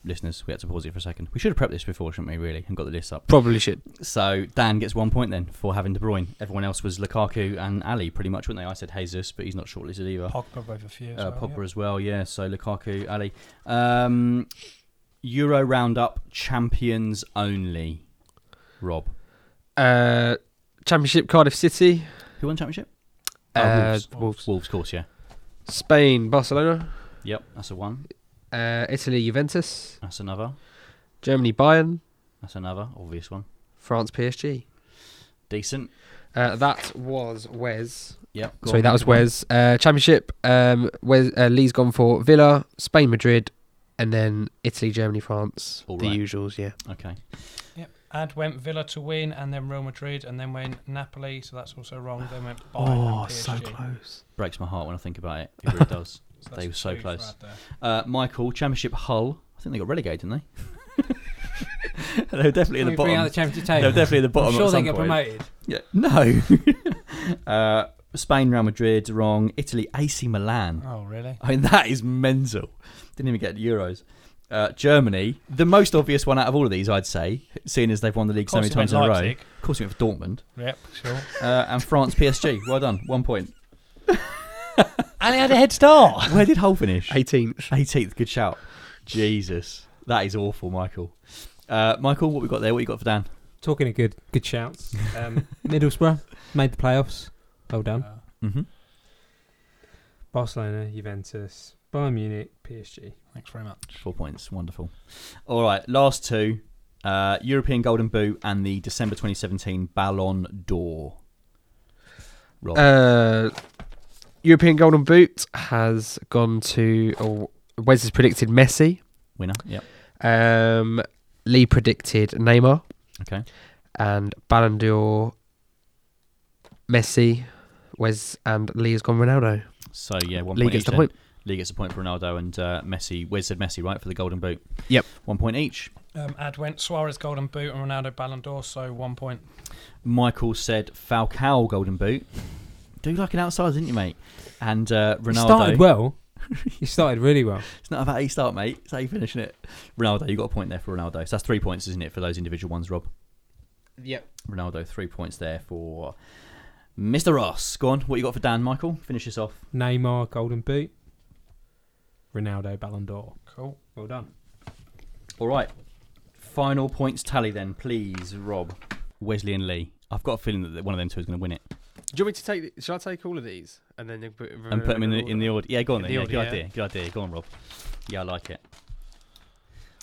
A: Listeners, we had to pause it for a second. We should have prepped this before, shouldn't we, really, and got the list up.
C: Probably should.
A: So Dan gets one point then for having De Bruyne. Everyone else was Lukaku and Ali, pretty much, weren't they? I said Jesus, but he's not shortlisted either.
D: Pogba with a few. as
A: Oh. uh,
D: well, yeah.
A: Pogba as well, yeah. So Lukaku, Ali. Um, Euro Roundup champions only. Rob.
C: Uh, Championship Cardiff City,
A: Who won the championship? Oh,
C: uh,
A: Wolves.
C: Wolves.
A: Wolves, of course, yeah.
C: Spain Barcelona,
A: Yep, that's a one.
C: uh, Italy Juventus,
A: That's another.
C: Germany Bayern,
A: That's another. Obvious one.
C: France PSG.
A: Decent.
C: Uh, that was Wes.
A: Yep. go
C: Sorry,
A: on.
C: that was Wes. Uh, Championship. Um, Wes uh, Lee's gone for Villa, Spain Madrid, and then Italy Germany France.
A: All
C: the
A: right.
C: usuals, yeah.
A: Okay.
D: Ad went Villa to win, and then Real Madrid, and then went Napoli. So that's also wrong. Then went Bayern. and PSG.
C: Oh, close.
A: Breaks my heart when I think about it. It really
C: [LAUGHS]
A: does.
D: So
A: They
D: that's
A: were so
D: two for
A: close.
D: Ad there.
A: Uh, Michael, Championship Hull. I think they [LAUGHS] got relegated, didn't they? they were definitely in the
B: Can we bring out
A: bottom.
B: the championship
A: they were
B: table?
A: definitely in the bottom.
B: I'm sure
A: at
B: they
A: some
B: get
A: point.
B: promoted.
A: Yeah. No. [LAUGHS] uh, Spain, Real Madrid, wrong. Italy, AC Milan.
D: Oh really?
A: I mean, that is mental. Didn't even get Euros. Uh, Germany, the most obvious one out of all of these, I'd say, seeing as they've won the league so many times
D: Course he
A: in a
D: went
A: row.
D: Leipzig.
A: Of course, we went for Dortmund.
D: Yep, sure.
A: Uh, and France, PSG. Well done. One point.
D: and he had a head
A: [LAUGHS]
D: start.
A: Where did Hull finish?
C: 18th.
A: 18th, good shout. Jesus, that is awful, Michael. Uh, Michael, what we got there? What you got for Dan?
B: Talking of good good shouts.
A: [LAUGHS]
B: Um, Middlesbrough made the playoffs. Well done.
D: Uh,
A: Mm-hmm.
B: Barcelona, Juventus, Bayern Munich, PSG.
D: Thanks very much.
A: Four points, wonderful. All right, last two: uh, European Golden Boot and the December 2017 Ballon d'Or. Rob,
C: Uh, European Golden Boot has gone to. Oh, Wes has predicted Messi.
A: winner. Yep.
C: Um, Lee predicted Neymar.
A: Okay.
C: And Ballon d'Or, Messi, Wes and Lee has gone Ronaldo.
A: So yeah, one
C: Lee
A: point
C: gets
A: each
C: the
A: then.
C: point.
A: Lee gets a point for Ronaldo and uh, Messi. Wes said Messi, right, for the Golden Boot.
C: Yep.
A: One point each.
D: Um, Ad went Suarez Golden Boot and Ronaldo Ballon d'Or, so one point.
A: Michael said Falcao Golden Boot. Do like an outsider, didn't you, mate? And uh,
B: He
A: Ronaldo. [LAUGHS]
B: started well. he started really well.
A: It's not about how you start, mate. It's how you finish it. Ronaldo, you got a point there for Ronaldo. So that's three points, isn't it, for those individual ones, Rob?
C: Yep.
A: Ronaldo, three points there for Mr. Ross. Go on. What you got for Dan, Michael? Finish this off.
B: Neymar, Golden Boot. Ronaldo, Ballon d'Or.
D: Cool.
B: Well done.
A: All right. Final points tally then, please, Rob. Wesley and Lee. I've got a feeling that one of them two is going to win it.
C: Do you want me to take? Should I take all of these and then put
A: And put them in the, in the order. Yeah, go on
C: In
A: then.
C: the
A: Yeah,
C: order,
A: good
C: yeah.
A: idea. Good idea. Go on, Rob. Yeah, I like it.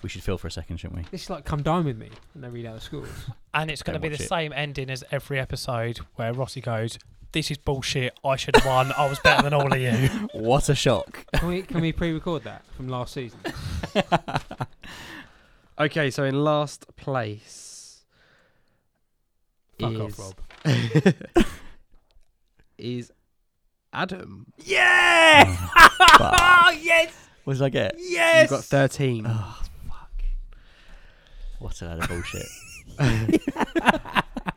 A: We should feel for a second, shouldn't we?
B: This is like come down with me and they read out the scores. [LAUGHS]
D: And it's going to
A: Okay,
D: be the
A: watch it.
D: same ending as every episode where Rossi goes, This is bullshit. I should have won. I was better than all of [LAUGHS] you.
A: [LAUGHS] what a shock.
B: Can we can we pre-record that from last season?
C: Okay, so in last place
B: Fuck
C: is
B: off, Rob.
C: is Adam.
A: Yeah!
B: [LAUGHS]
A: Mm.
B: yes,
A: What did I get?
B: yes.
C: You got thirteen.
A: Oh, fuck. What a load of
B: [LAUGHS]
A: bullshit.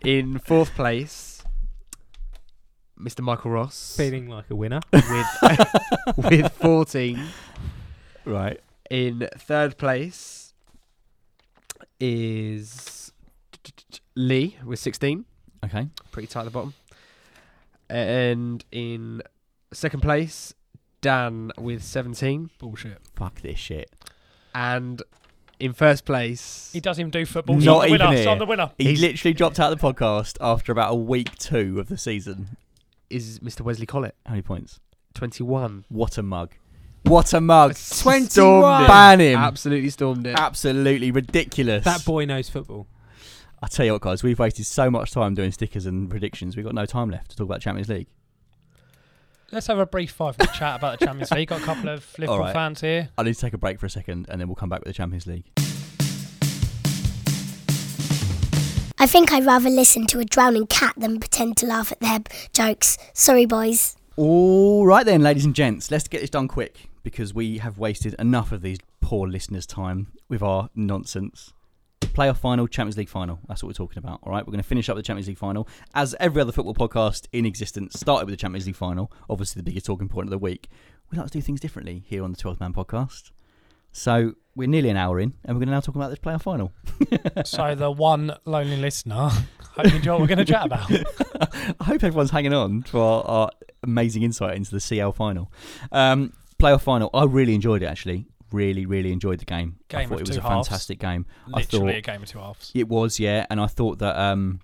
C: in fourth place, Mr. Michael Ross
B: Feeling like a winner.
C: with [LAUGHS]
A: [LAUGHS]
C: with fourteen.
A: right.
C: In third place is Lee with sixteen.
A: Okay.
C: Pretty tight at the bottom. And in second place, Dan with seventeen.
D: bullshit.
A: Fuck this shit.
C: And in first place,
D: He doesn't even do football.
A: Not
D: so I'm the winner.
A: even
D: So I'm
A: here.
D: the winner.
A: He
C: He's-
A: literally dropped out of the podcast after about a week two of the season.
C: is Mr. Wesley Collett,
A: How many points?
C: 21.
A: What a mug. What a mug.
C: Stormed it.
A: Ban him.
C: Absolutely stormed it.
A: Absolutely ridiculous.
B: That boy knows football.
A: I tell you what, guys, we've wasted so much time doing stickers and predictions. We've got no time left to talk about Champions League.
D: Let's have a brief five minute chat about the Champions League. Got a
A: [LAUGHS]
D: couple of Liverpool
A: All right.
D: fans here.
A: I need to take a break for a second and then we'll come back with the Champions League.
E: I think I'd rather listen to a drowning cat than pretend to laugh at their jokes. Sorry, boys.
A: All right, then, ladies and gents, let's get this done quick because we have wasted enough of these poor listeners' time with our nonsense. Playoff final, Champions League final. That's what we're talking about. All right, we're going to finish up with the Champions League final. As every other football podcast in existence started with the Champions League final, obviously the biggest talking point of the week. We like to do things differently here on the 12th Man podcast. So we're nearly an hour in and we're going to now talk about this playoff final.
D: So the one lonely listener, [LAUGHS] hope you enjoy what we're going to chat about.
A: I hope everyone's hanging on for our, our amazing insight into the CL final. Um, playoff final. I really enjoyed it, actually. Really, really enjoyed the game. I
D: Game
A: thought
D: of
A: it was
D: two
A: a
D: halves.
A: fantastic game. [LAUGHS] I thought-
D: Literally a game of two halves.
A: It was, yeah. And I thought that um,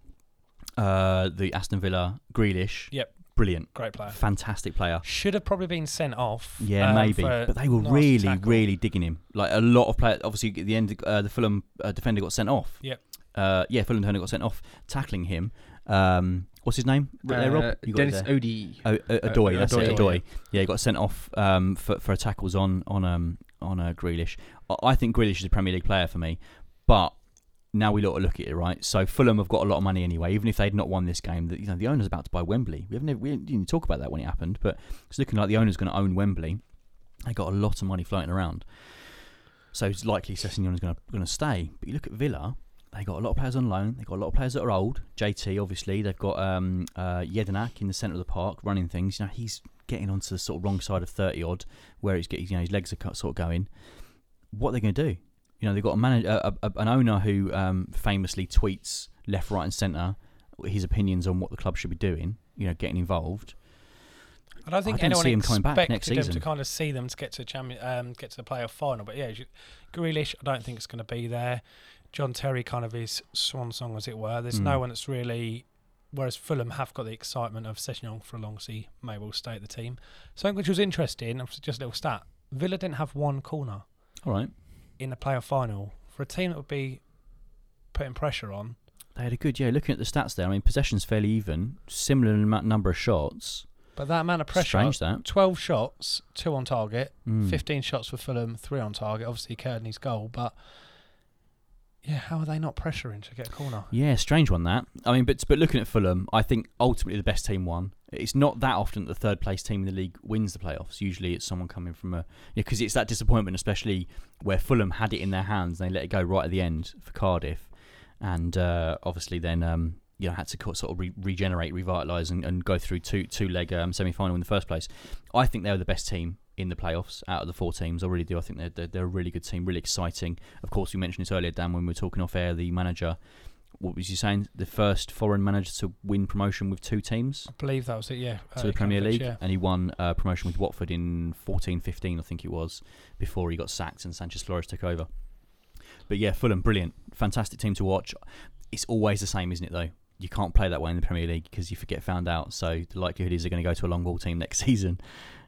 A: uh, the Aston Villa Grealish.
D: Yep.
A: Brilliant.
D: Great player.
A: Fantastic player.
D: Should have probably been sent off.
A: Yeah,
D: um,
A: maybe.
D: for a
A: But they were
D: nasty
A: really,
D: tackle.
A: really digging him. Like a lot of players. Obviously, at the end, uh, the Fulham uh, defender got sent off.
D: Yep.
A: Uh, yeah, Fulham defender got sent off tackling him. Um, what's his name? Right there, Rob?
C: Uh,
A: You got it
C: Dennis
A: there.
C: Odie.
A: Oh, uh, Adoy,
C: uh,
A: that's it,
C: Adoy,
A: Adoy.
C: yeah.
A: Yeah. he got sent off um, for for tackles on on um on uh, Grealish. I- I think Grealish is a Premier League player for me, but now we look look at it right. So Fulham have got a lot of money anyway. Even if they'd not won this game, the, you know the owner's about to buy Wembley. We haven't we didn't even talk about that when it happened, but it's looking like the owner's going to own Wembley. They got a lot of money floating around, so it's likely Sessegnon's going to going to stay. But you look at Villa. They got a lot of players on loan. They got a lot of players that are old. JT, obviously, they've got um, uh, Jedinak in the centre of the park running things. You know, he's getting onto the sort of wrong side of thirty odd, where he's getting, you know, his legs are cut, sort of going. What are they going to do? You know, they've got a manager, a, a, an owner who um, famously tweets left, right, and centre his opinions on what the club should be doing. You know, getting involved.
D: I don't think
A: I don't
D: anyone
A: see him coming
D: expected
A: back next
D: them
A: season.
D: to kind of see them to get to the champion, um, get to the playoff final. But yeah, you- Grealish, I don't think it's going to be there. John Terry kind of is swan song, as it were. There's no
A: Mm.
D: one that's really. Whereas Fulham have got the excitement of Sessignon for as long as he may well stay at the team. Something which was interesting, and just a little stat. Villa didn't have one corner
A: All right.
D: in the playoff final for a team that would be putting pressure on.
A: They had a good yeah. Looking at the stats there, I mean, possession's fairly even, similar amount number of shots.
D: But that amount of pressure,
A: Strange that.
D: 12 shots, two on target,
A: Mm.
D: 15 shots for Fulham, three on target. Obviously, Kearney's goal, but yeah, how are they not pressuring to get a corner?
A: Yeah, strange one that. I mean, but but looking at Fulham, I think ultimately the best team won. It's not that often that the third place team in the league wins the playoffs. Usually, it's someone coming from a because it's that disappointment, especially where Fulham had it in their hands and they let it go right at the end for Cardiff, and uh, obviously then um, you know had to co- sort of re- regenerate, revitalise, and, and go through two two leg um, semi final in the first place. I think they were the best team in the playoffs out of the four teams. I really do. I think they're they're, they're a really good team, really exciting. Of course, we mentioned this earlier, Dan, when we were talking off air. The manager what was you saying? The first foreign manager to win promotion with two teams
D: I believe that was uh, it, yeah.
A: to
D: early
A: the Premier
D: coverage,
A: League,
D: yeah.
A: and he won uh, promotion with Watford in 14-15, I think it was, before he got sacked and Sanchez Flores took over. But yeah, Fulham, brilliant, fantastic team to watch. It's always the same, isn't it? Though you can't play that way in the Premier League because you get found out. So the likelihood is they're going to go to a long ball team [LAUGHS] next season.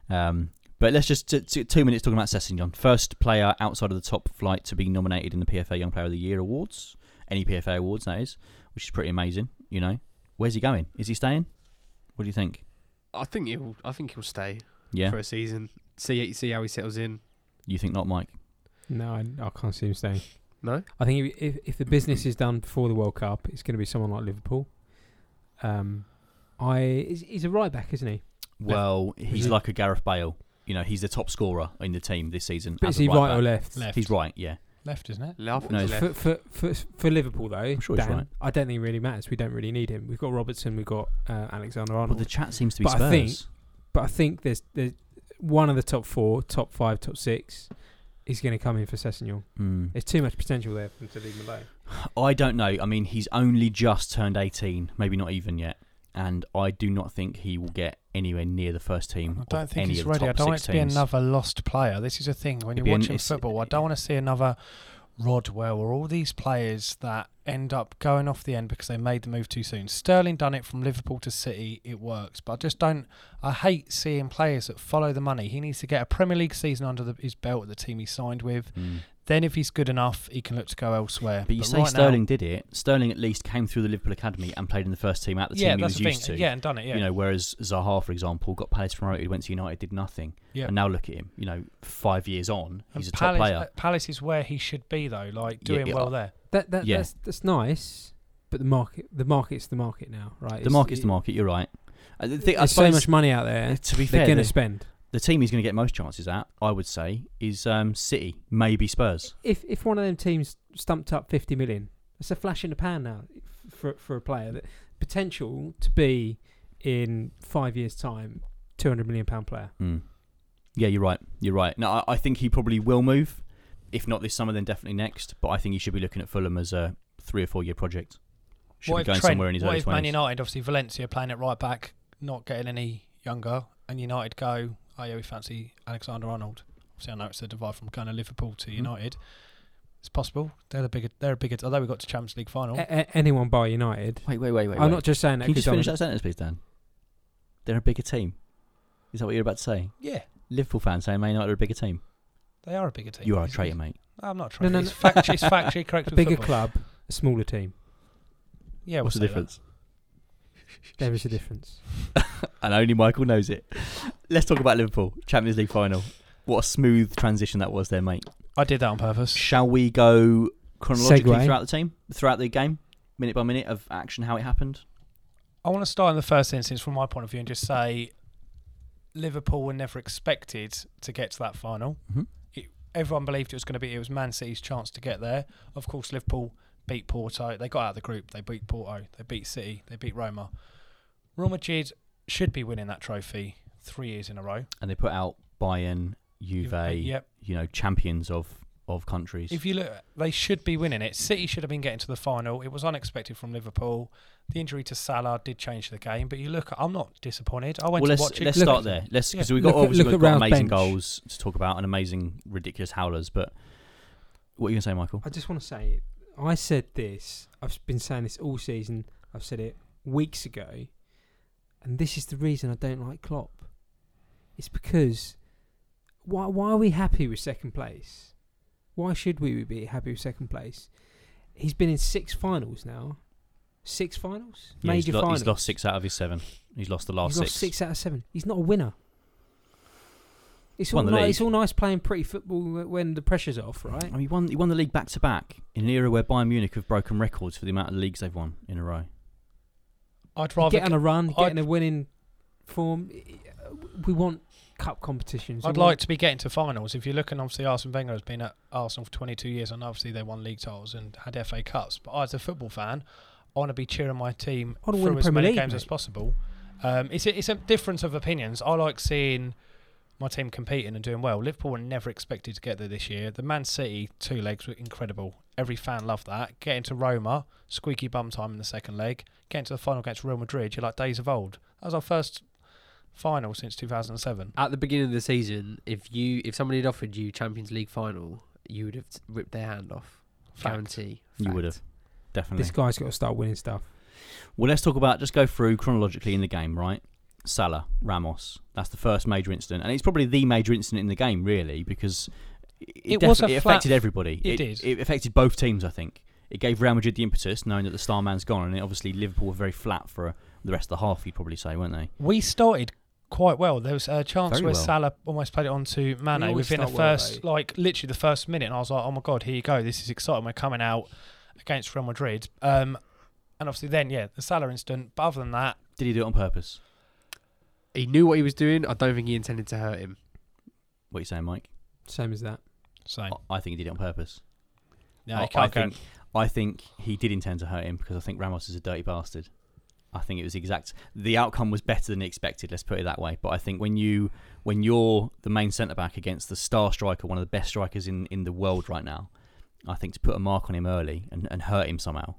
A: Um, but let's just t- t- two minutes talking about Sessegnon, first player outside of the top flight to be nominated in the PFA Young Player of the Year awards, any PFA awards that is, which is pretty amazing. You know, where's he going? Is he staying? What do you think?
C: I think he'll. I think he'll stay
A: Yeah,
C: for a season. See see how he settles in.
A: you think not, Mike?
B: No, I, I can't see him staying.
C: No,
B: I think if, if, if the business is done before the World Cup, it's going to be someone like Liverpool. Um, I he's, he's a right back, isn't he?
A: Well, he's
B: Yeah.
A: like a Gareth Bale. You know, he's the top scorer in the team this season.
B: But
A: as
B: is
A: a
B: he right or
A: back.
B: left?
D: Left.
A: He's right, yeah.
D: Left, isn't it?
C: left.
A: No,
C: No,
A: he's
C: left.
B: For, for for for Liverpool though,
A: sure he's
B: Dan,
A: right.
B: I don't think it really matters. We don't really need him. We've got Robertson, we've got uh, Alexander
A: But
B: Arnold.
A: the chat seems to be
B: But
A: Spurs.
B: I think- but I think there's there's one of the top four, top five, top six is going to come in for Sessegnon.
A: Hmm.
B: There's too much potential there for him to leave him alone.
A: I don't know. I mean, he's only just turned 18, maybe not even yet. And I do not think he will get anywhere near the first team.
D: I don't
A: of
D: think
A: any
D: he's
A: of the
D: ready. I
A: top
D: don't want it
A: six
D: to be
A: teams.
D: another lost player. This is a thing when
A: It'd be
D: you're
A: an-
D: watching
A: it's-
D: football. I don't want to see another Rodwell or all these players that end up going off the end because they made the move too soon. Sterling done it from Liverpool to City. It works, but I just don't. I hate seeing players that follow the money. He needs to get a Premier League season under the, his belt at the team he signed with.
A: Hmm.
D: Then, if he's good enough, he can look to go elsewhere.
A: But you say
D: right now-
A: Sterling did it. Sterling at least came through the Liverpool academy and played in the first team at the
D: yeah,
A: team he
D: that's
A: was
D: the
A: used
D: thing.
A: to.
D: Yeah, and done it. Yeah,
A: You know, whereas Zaha, for example, got Palace promoted, went to United, did nothing,
D: Yeah.
A: and now look at him. You know, five years on, he's
D: and
A: a top
D: Palace,
A: player.
D: uh, Palace is where he should be though, like
A: Yeah, oh,
D: doing
A: yeah,
D: well
A: I-
D: there.
B: That that
A: Yeah.
B: that's that's nice, but the market the market's the market now, right?
A: The
B: It's-
A: market's
B: it-
A: the market. You're right. I th- think I
B: There's so
A: suppose
B: much money out there.
A: to be
B: They're
A: fair,
B: going
A: the,
B: to spend.
A: the team he's going to get most chances at, I would say, is um, City, maybe Spurs.
B: If if one of them teams stumped up 50 million, that's a flash in the pan now f- for for a player that potential to be in five years' time, 200 million pound player.
A: Hmm. Yeah, you're right. You're right. No, I, I think he probably will move, if not this summer, then definitely next. But I think he should be looking at Fulham as a three or four year project. Should
D: what
A: be
D: if
A: going
D: Trent-
A: somewhere in his
D: what
A: early
D: if Man
A: twenties.
D: United, obviously Valencia playing at right back, not getting any younger, and United go, oh yeah, we fancy Alexander Arnold. Obviously, I know it's a divide from kind of Liverpool
A: Hmm.
D: to United. It's possible they're the bigger. They're a bigger. Although we got to Champions League final,
A: Eh.
B: A- a- anyone by United?
A: Wait, wait, wait, Oh. wait.
B: I'm
A: wait.
B: not just saying that
A: Can you
B: because
A: just
B: I'm
A: finish that sentence, please, Dan? They're a bigger team. Is that what you're about to say?
D: yeah,
A: Liverpool fans saying Man United are a bigger team.
D: they are a bigger team.
A: You are a
D: It's-
A: traitor, mate.
D: I'm not
B: No,
D: trying.
B: no,
D: it's,
B: no.
D: fact, it's factually correct.
B: a
D: with
B: bigger
D: football.
B: club, a smaller team.
D: Yeah, we'll
A: What's the
D: say that.
A: difference?
B: There is a difference.
A: and only Michael knows it. [LAUGHS] Let's talk about Liverpool Champions League final. What a smooth transition that was there, mate.
D: I did that on purpose.
A: Shall we go chronologically
B: Segue.
A: throughout the team, throughout the game, minute by minute of action, how it happened?
D: I want to start in the first instance from my point of view and just say Liverpool were never expected to get to that final.
A: Mhm.
D: It, everyone believed it was going to be it was Man City's chance to get there. Of course, Liverpool beat Porto. They got out of the group. They beat Porto. They beat City. They beat Roma. Real Madrid should be winning that trophy three years in a row.
A: And they put out Bayern, Juve,
D: Yep.
A: you know, champions of of countries.
D: If you look, they should be winning it. City should have been getting to the final. It was unexpected from Liverpool. The injury to Salah did change the game, but you look. I'm not disappointed. I went
A: well,
D: to
A: let's
D: watch it.
A: let's
B: Look-
A: start there. Let's because
D: Yeah.
A: we've got
B: Look at-
A: obviously
B: look
A: we've
B: at
A: got
B: Raul's
A: amazing
B: bench.
A: goals to talk about and amazing ridiculous howlers. But what are you gonna say, Michael?
B: I just want to say, I said this. I've been saying this all season. I've said it weeks ago, and this is the reason I don't like Klopp. It's because why why are we happy with second place? Why should we be happy with second place? He's been in six finals now. Six finals?
A: Yeah,
B: Major
A: he's, lo-
B: finals.
A: he's lost six out of his seven. He's lost the last
B: He's lost
A: six.
B: six out of seven. He's not a winner. It's all,
A: Won the
B: ni- it's
A: league.
B: all nice playing pretty football wh- when the pressure's off,
A: I
B: right?
A: mean, he won. He won the league back to back in an era where Bayern Munich have broken records for the amount of leagues they've won in a row.
D: I'd rather
B: get on a run, get
D: I'd-
B: in a winning form. We want cup competitions.
D: I'd
B: We want-
D: like to be getting to finals. If you're looking, obviously, Arsene Wenger has been at Arsenal for 22 years, and obviously they won league titles and had FA Cups. But as a football fan, I want to be cheering my team
B: I wanna win
D: through
B: the
D: as
B: Premier
D: many
B: League,
D: games
B: mate.
D: as possible. Um, it's a, it's a difference of opinions. I like seeing my team competing and doing well. Liverpool were never expected to get there this year. The Man City two legs were incredible. Every fan loved that. Getting to Roma, squeaky bum time in the second leg. Getting to the final against Real Madrid, you're like days of old. That was our first final since 2007.
C: At the beginning of the season, if you if somebody had offered you Champions League final, you would have t- ripped their hand off.
D: Fact.
C: Guarantee.
A: You would
C: Fact.
A: Definitely.
B: this guy's got to start winning stuff.
A: Well, let's talk about just go through chronologically in the game, right? Salah, Ramos. That's the first major incident, and it's probably the major incident in the game, really, because it,
D: It was a
A: definitely- it
D: flat-
A: affected everybody.
D: it did.
A: It affected both teams, I think. It gave Real Madrid the impetus, knowing that the star man's gone, and it, obviously Liverpool were very flat for the rest of the half. You'd probably say, weren't they?
D: We started quite well. There was a chance
A: Very
D: where
A: well.
D: Salah almost played it on to
B: We
D: Mane
B: always
D: within the
B: start well,
D: first,
B: mate.
D: like literally the first minute, and I was like, "Oh my god, here you go! This is exciting. We're coming out against Real Madrid." Um, and obviously, then yeah, the Salah incident. But other than that,
A: Did he do it on purpose?
C: He knew what he was doing. I don't think he intended to hurt him.
A: What are you saying, Mike?
B: Same as that.
D: same.
A: I, I think he did it on purpose.
D: No,
A: I,
D: you can't
A: I
D: go.
A: think I think he did intend to hurt him because I think Ramos is a dirty bastard. I think it was the exact. The outcome was better than expected. Let's put it that way. But I think when you when you're the main centre back against the star striker, one of the best strikers in in the world right now, I think to put a mark on him early and, and hurt him somehow,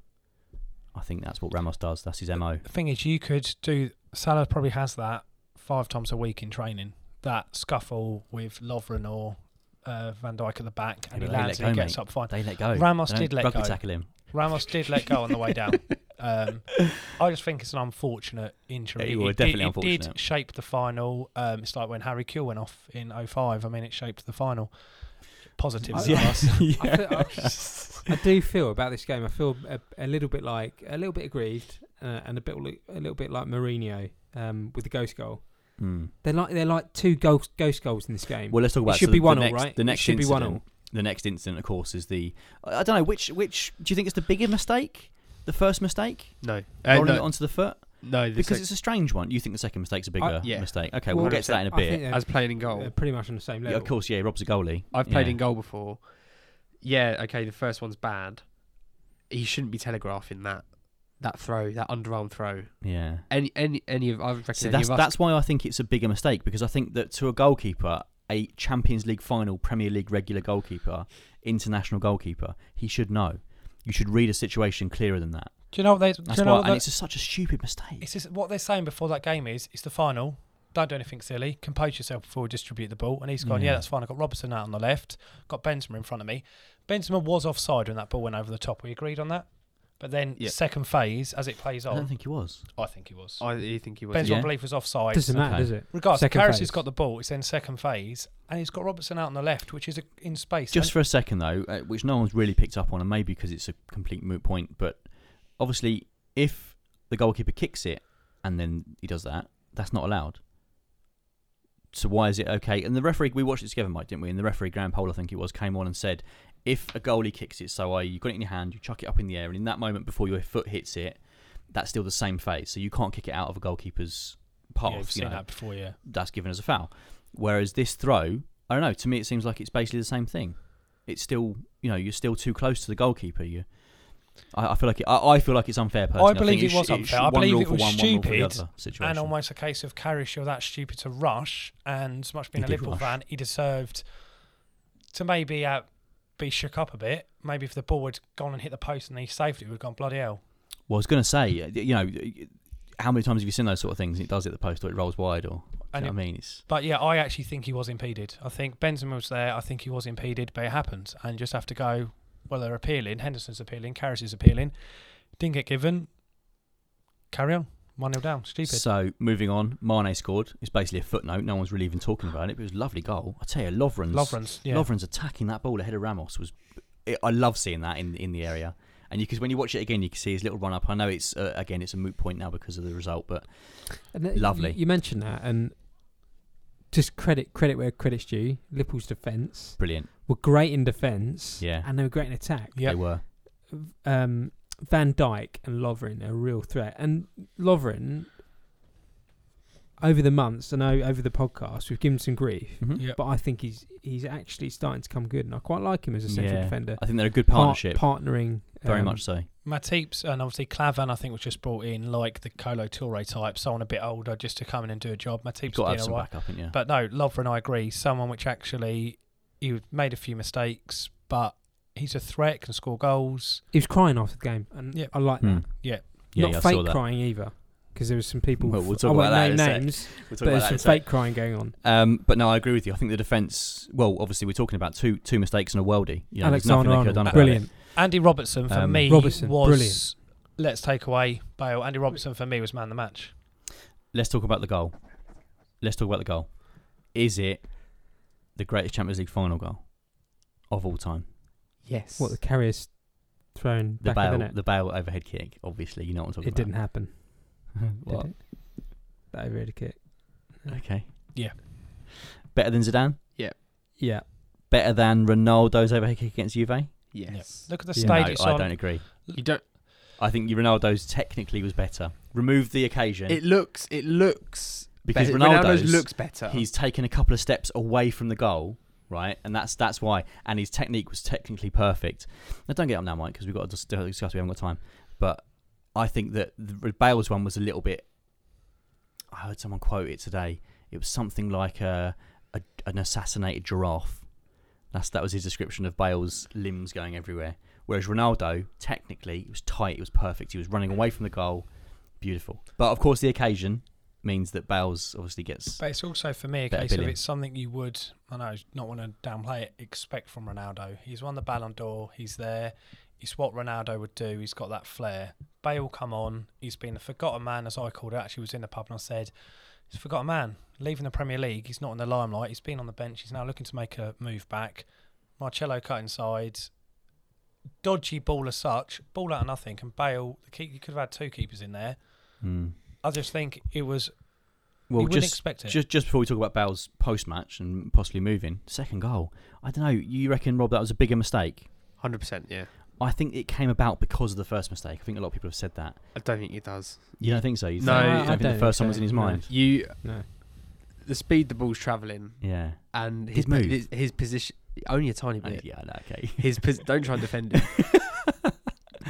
A: I think that's what Ramos does. That's his mo.
D: The thing is, you could do. Salah probably has that five times a week in training. That scuffle with Lovren or uh, Van Dijk at the back, and
A: Yeah, but
D: he
A: they
D: lands
A: let
D: and he
A: go,
D: gets
A: mate.
D: up fine.
A: They let go.
D: Ramos
A: They don't
D: did let
A: rugby
D: go.
A: tackle him.
D: Ramos did let go on the
A: [LAUGHS]
D: way down. Um, I just think it's an unfortunate injury.
A: It was
D: did-
A: definitely
D: It
A: unfortunate.
D: did shape the final. Um, it's like when Harry Kuehl went off in 05. I mean, it shaped the final. Positive for
B: Yeah.
A: [LAUGHS]
D: us.
B: I, feel, I, I do feel about this game. I feel a, a little bit like a little bit aggrieved uh, and a bit li- a little bit like Mourinho um, with the ghost goal.
A: Hmm.
B: They're like they're like two ghost ghost goals in this game.
A: Well, let's talk about
B: should
A: so
B: be
A: the,
B: one
A: the
B: all,
A: next,
B: right?
A: The
B: It
A: next
B: should be one
A: incident, The next incident, of course, is the I I don't know which which do you think is the bigger mistake? The first mistake,
C: No. Uh,
A: rolling it
C: no,
A: onto the foot,
C: no the
A: because
C: sec- Uh,
A: it's a strange one. You think the second mistake's a bigger
C: yeah.
A: mistake? Okay, we'll,
C: Well,
A: get to that in a
B: I think
A: bit.
B: they're-
C: as playing in goal.
B: they're pretty much on the same
A: Yeah,
B: level.
A: of course, yeah. Rob's a goalie.
C: I've played
A: Yeah.
C: in goal before. Yeah, okay, the first one's bad. He shouldn't be telegraphing that that throw, that underarm throw.
A: Yeah.
C: Any any any of I reckon
A: So
C: any
A: that's
C: of us
A: that's why I think it's a bigger mistake because I think that to a goalkeeper, a Champions League final, Premier League regular goalkeeper, international goalkeeper, he should know. You should read a situation clearer than that.
D: Do you know what they? Do
A: That's
D: you know
A: why,
D: what
A: and
D: they-
A: it's just such a stupid mistake.
D: It's just what they're saying before that game is it's the final. Don't do anything silly. Compose yourself before we distribute the ball. And he's gone, yeah,
A: Yeah.
D: that's fine. I've got Robertson out on the left. Got Benzema in front of me. Benzema was offside when that ball went over the top. We agreed on that. But then
C: Yeah.
D: second phase, as it plays
A: I don't
D: on,
A: think he was.
D: I think he was.
C: I you think he was
D: Benzema,
A: yeah.
D: I believe, was offside.
B: doesn't matter,
A: Okay.
B: does it?
D: Regardless,
B: Second
D: Karius
B: phase.
D: has got the ball. It's then second phase, and he's got Robertson out on the left, which is a, in space.
A: Just for a second though, uh, which no one's really picked up on, and maybe because it's a complete moot point, but obviously, if the goalkeeper kicks it and then he does that, that's not allowed. So why is it okay? And the referee, we watched it together, Mike, didn't we? And the referee, Graham Pole, I think it was, came on and said, if a goalie kicks it, so i.e. you got it in your hand, you chuck it up in the air, and in that moment before your foot hits it, that's still the same phase. So you can't kick it out of a goalkeeper's path.
D: yeah, we've
A: you
D: seen
A: know
D: that before, yeah.
A: that's given as a foul. Whereas this throw, I don't know. To me, it seems like it's basically the same thing. It's still, you know, you're still too close to the goalkeeper. You, I, I feel like it, I, I feel like it's unfair. Personally,
D: believe
A: think
D: it was
A: sh-
D: unfair.
A: sh-
D: I
A: one
D: believe
A: rule
D: it
A: for
D: was
A: one, one rule for the
D: stupid
A: other situation.
D: And almost a case of Karius, you're that stupid to rush. And as much being
A: He
D: a
A: did
D: Liverpool
A: rush.
D: fan, he deserved to maybe uh, be shook up a bit. Maybe if the ball had gone and hit the post and he saved it, we'd have gone bloody hell.
A: well, I was going to say, uh, you know, how many times have you seen those sort of things? And it does hit the post, or it rolls wide, or do you
D: And
A: know
D: it-
A: what I mean, it's
D: But yeah, I actually think he was impeded. I think Benzema was there. I think he was impeded, but it happened. And you just have to go, well, they're appealing. Henderson's appealing. Karras is appealing. Didn't get given. Carry on. 1 0 down. Stupid.
A: So moving on, Mane scored. It's basically a footnote. No one's really even talking about it. But it was a lovely goal. I tell you, Lovren's
D: Lovren's, yeah.
A: Lovren's attacking that ball ahead of Ramos was. It, I love seeing that in in the area. And because when you watch it again, you can see his little run up. I know it's uh, again it's a moot point now because of the result, but
B: And that-
A: Lovely.
B: You, you mentioned that, and just credit credit where credit's due. Liverpool's defence
A: brilliant.
B: were great in defence,
A: Yeah.
B: and they were great in attack.
D: Yep.
A: They were
B: Um, Van Dyke and Lovren are a real threat, and Lovren. Over the months, I know over the podcast, we've given some grief,
A: Mhm.
D: Yep.
B: but I think he's he's actually starting to come good, and I quite like him as a central
A: Yeah.
B: defender.
A: I think they're a good
B: Par-
A: partnership.
B: partnering
A: very
B: um,
A: much so.
D: Matip's and obviously Clavan, I think, was just brought in like the Colo Toure type, someone a bit older just to come in and do a job.
A: You've
D: Matip's
A: got to have
D: been
A: some
D: alright.
A: backup, haven't you?
D: But no, Lovren, I agree. Someone which actually he made a few mistakes, but he's a threat, can score goals.
B: He was crying after the game, and
D: Yep.
B: I like
A: Hmm.
B: that.
A: yeah,
B: uh, Not
A: yeah, I saw
B: fake
A: that.
B: crying either, because there was some people.
A: Well, we'll
B: f-
A: talk
B: I won't
A: about that
B: name
A: in a sec.
B: names,
A: We'll talk
B: but there's
A: about
B: some
A: that in a
B: fake crying going on.
A: sec. Um, but no, I agree with you. I think the defense. Well, obviously we're talking about two two mistakes and a worldie. You know, there's nothing they could
B: Alexander
A: have
B: Arnold,
A: done about it.
B: brilliant.
D: Andy Robertson for
A: Um,
D: me
B: Robertson,
D: was
B: brilliant.
D: let's take away Bale. Andy Robertson for me was man of the match.
A: let's talk about the goal. Let's talk about the goal. Is it the greatest Champions League final goal of all time?
C: Yes.
B: What the carrier's thrown
A: The
B: back of the
A: bail,
B: net.
A: the bail overhead kick. Obviously, you know what I'm talking
B: it didn't
A: about.
B: happen.
A: [LAUGHS] didn't.
B: Did it? That overhead kick.
A: Okay.
D: Yeah.
A: Better than Zidane.
B: Yeah,
A: Better than Ronaldo's overhead kick against Juve.
C: Yes.
D: Look at the
B: Yeah.
A: No,
D: stage
A: I
D: it's on.
A: don't agree.
C: You don't.
A: I think Ronaldo's technically was better. Remove the occasion.
C: It looks. It looks.
A: Because
C: better.
A: Ronaldo's-
C: looks better.
A: he's taken a couple of steps away from the goal, right? And that's that's why. And his technique was technically perfect. Now, don't get up now, Mike, because we've got to dis- discuss. We haven't got time. But I think that the Bale's one was a little bit. I heard someone quote it today. It was something like a, a an assassinated giraffe. That's that was his description of Bale's limbs going everywhere. Whereas Ronaldo, technically, it was tight. It was perfect. He was running away from the goal. Beautiful. But of course, the occasion means that Bales obviously gets
D: But it's also for me a
A: Better
D: case
A: billing.
D: of it's something you would I know not want to downplay it, expect from Ronaldo. He's won the Ballon d'Or, he's there, it's what Ronaldo would do, he's got that flair. Bale come on, he's been a forgotten man as I called it, actually was in the pub and I said, He's a forgotten man. Leaving the Premier League, he's not in the limelight, he's been on the bench, he's now looking to make a move back. Marcello cut inside. Dodgy ball as such, ball out of nothing, and Bale the keep you could have had two keepers in there.
A: Hmm.
D: I just think it was
A: Well,
D: you wouldn't
A: just,
D: expect it.
A: just just before we talk about Bale's post match and possibly moving second goal, I don't know. You reckon Rob that was a bigger mistake?
C: Hundred percent. Yeah.
A: I think it came about because of the first mistake. I think a lot of people have said that.
C: I don't think he does.
A: You don't think so? You
C: No,
A: think, you
C: I
A: don't think
B: don't
A: the first
B: think
A: one was in his
B: so, no.
A: mind.
C: You.
B: no.
C: The speed the ball's traveling
A: Yeah.
C: and
A: His
C: his
A: move.
C: His, his position. Only a tiny
A: I-
C: bit.
A: yeah. No, okay.
C: His pos- don't try and defend
A: [LAUGHS]
C: it.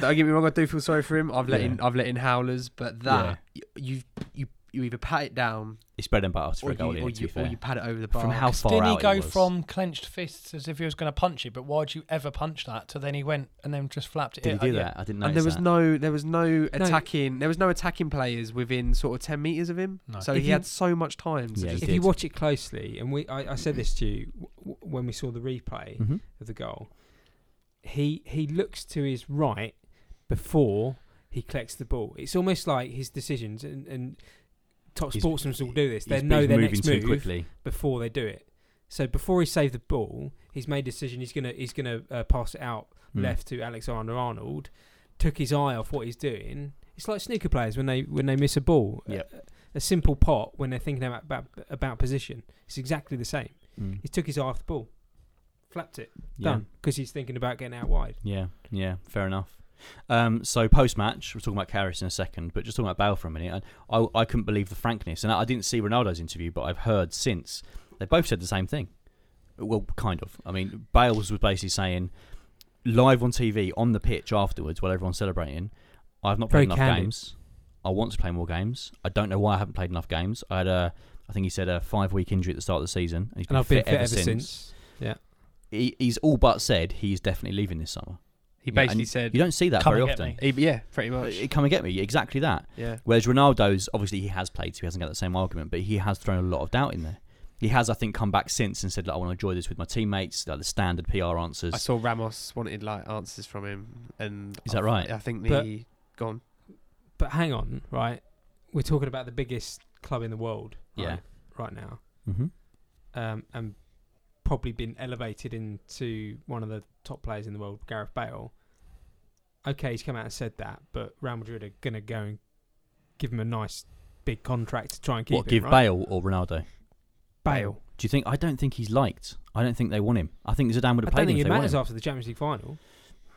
C: don't get me wrong. I do feel sorry for him. I've let
A: Yeah.
C: in. I've let in howlers, but that you you you either pat it down
A: It's bread and butter for
C: or
A: a goal.
C: you,
A: in,
C: or,
A: to be
C: you, or
A: fair.
C: you pat it over the bar.
A: From how far
D: Didn't
A: out
D: he go
A: it was.
D: from clenched fists as if he was going to punch it? But why'd you ever punch that? To then he went and then just flapped it.
A: Did he
D: in.
A: do
D: Uh, yeah.
A: that? I didn't know.
C: and there was no there was no attacking there was no attacking players within sort of 10 meters of him
D: No.
C: so
B: If
C: he
B: you-
C: had so much time to
A: Yeah, he
C: just
B: If
A: did.
B: you watch it closely, and we, I, I said this to you w- w- when we saw the replay
A: hmm
B: of the goal, he he looks to his right before he collects the ball. It's almost like his decisions, and, and top
A: He's-
B: sportsmen will do this. They
A: He's-
B: know
A: he's
B: their
A: moving
B: next
A: too
B: move.
A: quickly.
B: before they do it. So before he saved the ball, he's made a decision. He's gonna he's gonna uh, pass it out
A: Hmm.
B: left to Alexander Arnold. Took his eye off what he's doing. It's like snooker players when they when they miss a ball.
A: Yep.
B: A, a simple pot when they're thinking about, about about position. It's exactly the same.
A: Mm.
B: He took his eye off the ball, flapped it,
A: Yeah.
B: done. Because he's thinking about getting out wide.
A: Yeah, yeah, fair enough. Um, so post match, we're talking about Karras in a second, but just talking about Bale for a minute. I, I, I couldn't believe the frankness, and I, I didn't see Ronaldo's interview, but I've heard since they both said the same thing. Well, kind of. I mean, Bale was basically saying live on TV on the pitch afterwards while everyone's celebrating. I've not
B: Very
A: played enough
B: candid.
A: games. I want to play more games. I don't know why I haven't played enough games. I had a, I think he said a five week injury at the start of the season, and he's been,
B: And I've been
A: fit, ever, since. He, he's all but said he's definitely leaving this summer.
C: he
A: Yeah, and
C: basically said
A: You don't see that
D: Come
A: very
D: and get
A: often.
D: me.
C: he, yeah pretty much
A: Uh, Come and get me, exactly that.
C: yeah
A: Whereas Ronaldo's, obviously, he has played, so he hasn't got that same argument, but he has thrown a lot of doubt in there. He has, I think, come back since and said, like, I want to enjoy this with my teammates, like the standard PR answers.
C: i saw ramos wanted like answers from him and
A: Is
C: I
A: that right?
C: th- i think
B: But-
C: the gone
B: But hang on, right? we're talking about the biggest club in the world
A: Yeah.
B: right now,
A: Mm-hmm.
B: um, and probably been elevated into one of the top players in the world, Gareth Bale. Okay, he's come out and said that, but Real Madrid are gonna go and give him a nice big contract to try and keep
A: What
B: him.
A: give
B: right?
A: Bale or Ronaldo?
B: Bale?
A: Do you think? I don't think he's liked. I don't think they want him. I think Zidane would
B: I
A: have
B: don't
A: played him
B: think
A: if
B: it
A: they wanted
B: matters
A: him.
B: after the Champions League final.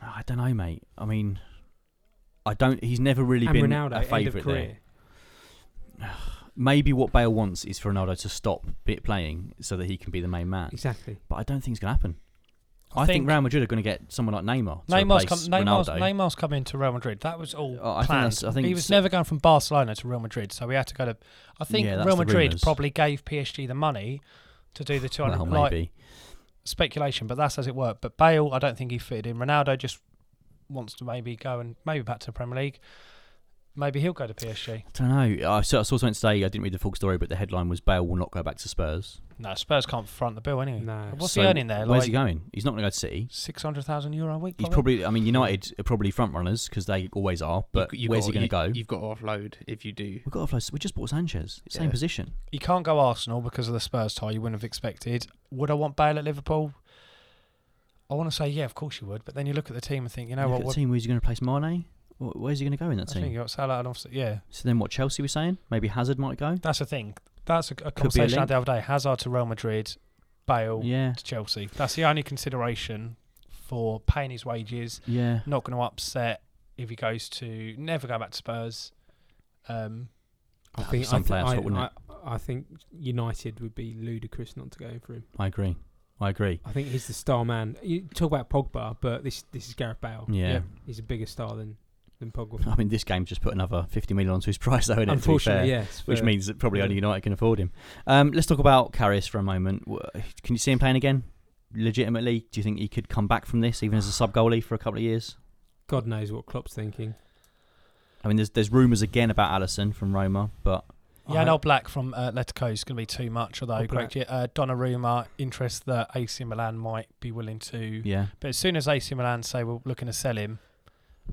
A: I don't know, mate. I mean, I don't. He's never really
B: And
A: been
B: Ronaldo,
A: a
B: end of
A: favourite
B: career.
A: there. Maybe what Bale wants is for Ronaldo to stop bit playing so that he can be the main man.
B: Exactly.
A: But I don't think it's going to happen. I, think, Real Madrid are going to get someone like Neymar. To
D: Neymar's come,
A: replace
D: Neymar's,
A: Ronaldo.
D: Neymar's come into Real Madrid. That was all
A: Oh, I think
D: planned.
A: that's- I think
D: he was
A: s-
D: never going from Barcelona to Real Madrid, so we had to go to. I think
A: Yeah, that's
D: Real
A: the
D: Madrid
A: rumours.
D: probably gave PSG the money to do the 200
A: well,
D: like,
A: maybe.
D: speculation, but that's as it worked. But Bale, I don't think he fitted in. Ronaldo just wants to maybe go and maybe back to the Premier League. Maybe he'll go to PSG.
A: I don't know. I saw, I saw something today. I didn't read the full story, but the headline was Bale will not go back to Spurs.
D: No, Spurs can't front the bill anyway.
B: No.
D: What's
A: So
D: he earning there?
A: Where's
D: Like
A: he going? He's not going to go to City.
D: six hundred thousand euro a week.
A: He's probably. I mean, United are probably front runners because they always are. But
C: You- you
A: where's
C: got-
A: he going
C: you-
A: to go?
C: You've got to offload if you do.
A: We've got to fly. We just bought Sanchez. Same
C: Yeah.
A: position.
D: He can't go Arsenal because of the Spurs tie. You wouldn't have expected. Would I want Bale at Liverpool? I want to say yeah, of course you would. But then you look at the team and think, you know
A: Look
D: what?
A: at the
D: what-
A: team. Where's he going to replace Mane? Wh- Where's he going to go in that
D: I
A: team?
D: think you got Salah and obviously yeah.
A: So then, what Chelsea were saying? Maybe Hazard might go.
D: That's the thing. That's a, a conversation I had the other day. Hazard to Real Madrid, Bale
A: Yeah,
D: to Chelsea. That's the only consideration for paying his wages.
A: yeah.
D: Not going to upset if he goes to never go back to Spurs. Um,
B: I
A: That'd be
B: think
A: some
B: I, th-
A: player
B: I,
A: swap, wouldn't
B: I, I think United would be ludicrous not to go in for him.
A: I agree. I agree.
B: I think he's the star man. You talk about Pogba, but this this is Gareth Bale.
A: Yeah.
B: He's a bigger star than than
A: [LAUGHS] I
B: Pogba.
A: mean, this game just put another fifty million onto his [LAUGHS] price, though, innit? to be fair,
B: Unfortunately, yes.
A: Which
B: but
A: means that probably
B: yeah.
A: only United can afford him. Um, let's talk about Karius for a moment. W- Can you see him playing again? Legitimately, do you think he could come back from this, even as a sub goalie for a couple of years?
B: God knows what Klopp's thinking.
A: I mean, there's there's rumours again about Allison from Roma, but
D: yeah,
A: Uh-huh.
B: I-
D: no Black from uh, Atletico is going to be too much. Although
B: Oh,
D: Greg,
B: Black.
D: uh, Donnarumma interest that AC Milan might be willing to,
A: yeah,
D: but as soon as AC Milan say we're looking to sell him,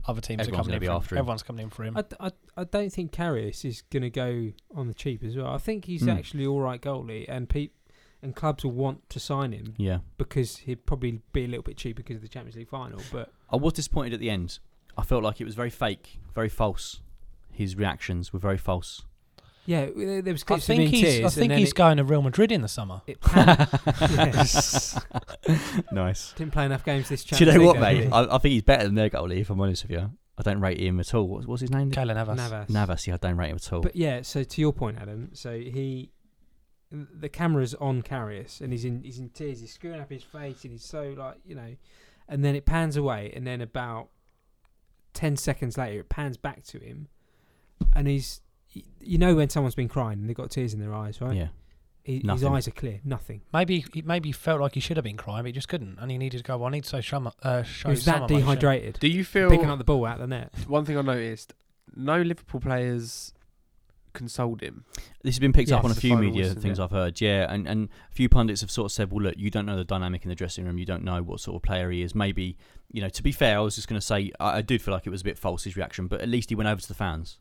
D: other teams
A: Everyone's
D: are coming
A: gonna
D: in
A: be
D: for him.
A: after him.
D: Everyone's coming in for him.
B: I, d- I, I don't think Karius is going to go on the cheap as well. I think he's
A: Hmm.
B: actually all right goalie, and pe- and clubs will want to sign him
A: yeah.
B: because he'd probably be a little bit cheap because of the Champions League final. But
A: I was disappointed at the end. I felt like it was very fake, very false. His reactions were very false.
B: yeah, w- there there was
D: I
B: clips of him
D: think
B: in
D: he's,
B: tears.
D: I
B: and
D: think
B: then
D: he's
B: it,
D: going to Real Madrid in the summer.
A: [LAUGHS]
B: it
D: [LAUGHS]
B: panned-
A: nice.
B: didn't play enough games this
A: Do you
B: Champions
A: know
B: League.
A: what, mate?
B: though, did he?
A: I, I think he's better than their goalie. If I'm honest with you, I don't rate him at all. What's, what's his name?
D: Kalen Navas.
B: Navas.
A: Navas. Yeah, I don't rate him at all.
B: But yeah, so to your point, Adam. So he, the camera's on Carrius, and he's in he's in tears. He's screwing up his face, and he's so like you know, and then it pans away, and then about ten seconds later, it pans back to him, and he's y- you know when someone's been crying and they've got tears in their eyes, right?
A: yeah,
B: He, his
A: nothing.
B: eyes are clear, nothing.
D: Maybe he maybe he felt like he should have been crying, but he just couldn't, and he needed to go. Well, I need to show some. Uh, show
B: He was
D: some
B: that
D: emotion."
B: dehydrated,
C: Do you feel
B: picking up the ball out of the net.
C: one thing I noticed? No Liverpool players consoled him.
A: this has been picked up
C: Yes,
A: on a
C: the
A: few
C: final
A: media
C: whistle,
A: things
C: yeah.
A: I've heard. Yeah, and and a few pundits have sort of said, well, look, you don't know the dynamic in the dressing room. You don't know what sort of player he is. Maybe you know. To be fair, I was just going to say I, I did feel like it was a bit false his reaction, but at least he went over to the fans.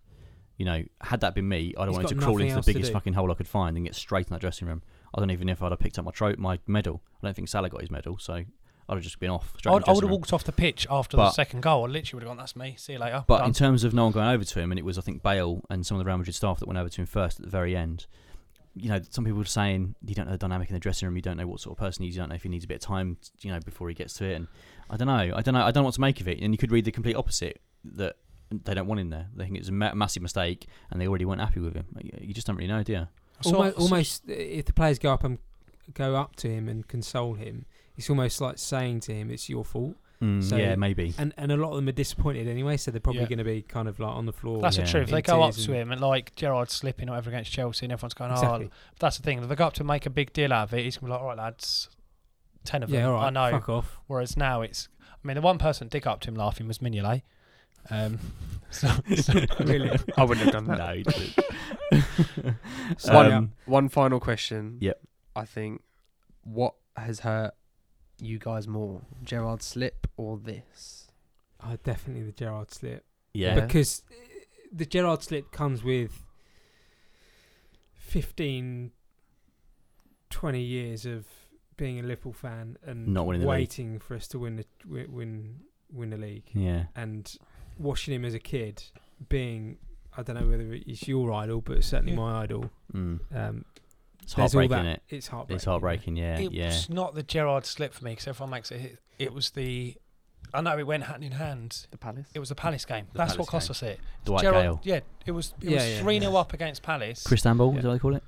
A: You know, had that been me, I'd have
B: He's
A: wanted to
B: got
A: crawl
B: nothing
A: into the
B: else to
A: biggest
B: do.
A: fucking hole I could find and get straight in that dressing room. I don't even know if I'd have picked up my tro- my medal. I don't think Salah got his medal, so I'd have just been off. Straight in
D: I
A: the
D: would, I
A: dressing
D: would have
A: room.
D: walked off the pitch after
A: But-
D: the second goal. I literally would have gone, "That's me. See you later."
A: But
D: Done.
A: in terms of no one going over to him, and it was I think Bale and some of the Real Madrid staff that went over to him first at the very end. You know, some people were saying you don't know the dynamic in the dressing room, you don't know what sort of person he is, you don't know if he needs a bit of time, you know, before he gets to it. And I don't know, I don't know, I don't know what to make of it. And you could read the complete opposite that they don't want him there. They think it's a ma- massive mistake, and they already weren't happy with him. You- You just don't really know, do you?
D: I saw-
B: almost, almost uh, if the players go up and go up to him and console him it's almost like saying to him it's your fault
A: Mm,
B: So-
A: yeah, [LAUGHS] maybe.
B: and and a lot of them are disappointed anyway so they're probably
D: Yeah.
B: going to be kind of like on the floor
D: That's
A: Yeah.
D: the truth. They
B: It
D: go up
B: is,
D: to
B: and-
D: him and like Gerard slipping or whatever against Chelsea, and everyone's going, "Oh,
B: exactly
D: that's the thing." If they go up to make a big deal out of it, he's gonna be like, "All right, lads, ten of
B: yeah
D: them."
B: all right
D: I know.
B: fuck off
D: Whereas now it's, I mean, the one person that did go up to him laughing was Mignolet. Um, [LAUGHS] so,
B: [LAUGHS] [LAUGHS]
D: [LAUGHS]
B: really
C: I wouldn't have done that.
A: he didn't.
B: So, yeah.
A: Um,
C: One final question.
A: Yep.
C: I think what has hurt you guys more, Gerard slip or this?
B: oh, definitely the Gerard slip
A: yeah,
B: because uh, the Gerard slip comes with 15, 20 years of being a Liverpool fan and
A: Not winning the league.
B: waiting for us to win the wi- win win the league
A: Yeah.
B: and watching him as a kid being I don't know whether it's your idol but it's certainly
D: Yeah.
B: my idol
A: Mm.
B: um
A: It's
B: there's all
A: heartbreaking. innit?
B: that- it's heartbreaking
A: It's heartbreaking. Yeah.
D: it
A: yeah.
D: was not the Gerard slip for me because everyone makes it. It was the. I know it went hand in hand.
C: The Palace.
D: It was the Palace game.
A: The
D: That's what
A: Palace
D: cost us it.
A: Dwight
D: Gerrard-
A: Gale.
D: Yeah, it was. It
B: Yeah,
D: was
B: yeah,
D: three 0
B: yeah.
D: up against Palace,
A: Chris Ball,
C: Yeah.
A: is that what they call it?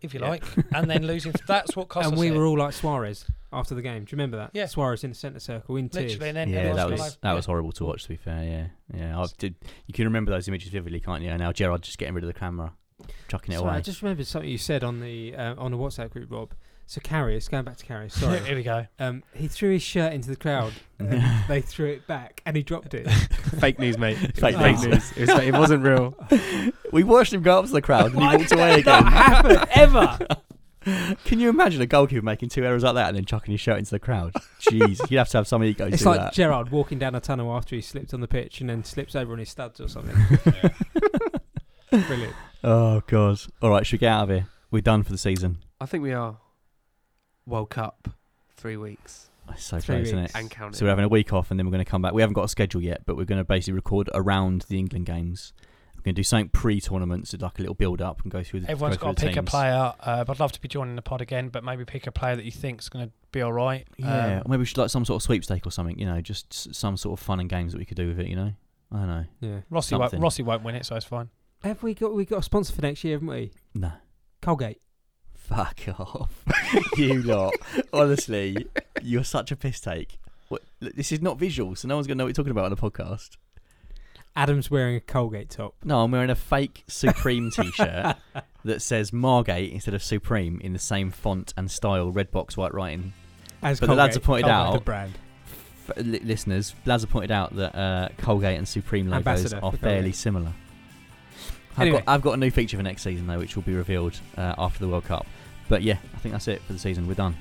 D: if you
C: Yeah.
D: like, and then
B: [LAUGHS]
D: losing. That's what cost
B: and
D: us.
B: we
D: it.
B: were all like Suarez after the game do you remember that
D: Yeah.
B: Suarez in the centre circle in tears
D: literally, and then
A: yeah,
D: everyone's
A: that
D: gone
A: was
D: over-
A: that
D: yeah. [LAUGHS]
A: was horrible to watch. To be fair, yeah, yeah. I did. You can remember those images vividly, can't you? And now Gerard just getting rid of the camera, chucking it
B: Sorry, I
A: away.
B: just remembered something you said on the uh, on the WhatsApp group Rob so Carrius going back to Carrius sorry
D: [LAUGHS] Here we go.
B: Um, he threw his shirt into
A: [LAUGHS]
B: the crowd. And they threw it back, and he dropped it.
C: fake news, mate. It was
A: Fake
C: fake
A: news.
C: news. It, was, it wasn't real.
A: [LAUGHS] we watched him go up to the crowd and he
B: Why
A: walked
B: did
A: away
B: that not
A: again.
B: happen ever?
A: [LAUGHS] Can you imagine a goalkeeper making two errors like that and then chucking his shirt into the crowd? Jeez, you'd have to have some ego to
B: It's
A: do
B: like
A: that.
B: Gerard walking down a tunnel after he slipped on the pitch and then slips over on his studs or something. [LAUGHS] Brilliant.
A: [LAUGHS] oh god! All right, should we get out of here? We're done for the season.
C: I think we are World Cup three weeks
A: It's so
B: Three
A: close, isn't it?
B: weeks.
C: and counting.
A: So we're having a week off, and then we're going to come back. We haven't got a schedule yet, but we're going to basically record around the England games. We're going to do something pre-tournament, so like a little build-up and [LAUGHS] go through the.
D: Everyone's
A: go through
D: got
A: the
D: to pick a
A: teams.
D: player. Uh, but I'd love to be joining the pod again, but maybe pick a player that you think's going to be all right.
A: Yeah,
D: Um,
A: or maybe we should like some sort of sweepstake or something. You know, just s- some sort of fun and games that we could do with it. You know, I don't know.
B: Yeah.
D: Rossi won't,
A: something.
D: Rossi won't win it, so it's fine.
B: Have we got we got a sponsor for next year, haven't we?
A: No,
B: Colgate.
A: [LAUGHS] fuck off, [LAUGHS] you [LAUGHS] lot. Honestly, you're such a piss take. What, look, this is not visual, so no one's gonna know what you're talking about on the podcast.
B: Adam's wearing a Colgate top.
A: No, I'm wearing a fake [LAUGHS] Supreme T-shirt that says Margate instead of Supreme in the same font and style, red box, white writing.
B: [LAUGHS] As
A: But the lads
B: Colgate-
A: have pointed
B: Colgate,
A: out-
B: the brand.
A: F- li- listeners, Lads have pointed out that uh, Colgate and Supreme logos
B: Ambassador
A: are
B: for
A: fairly
B: Colgate.
A: similar. I've,
B: Anyway.
A: got, I've got a new feature for next season though, which will be revealed uh, after the World Cup. But yeah, I think that's it for the season. We're done.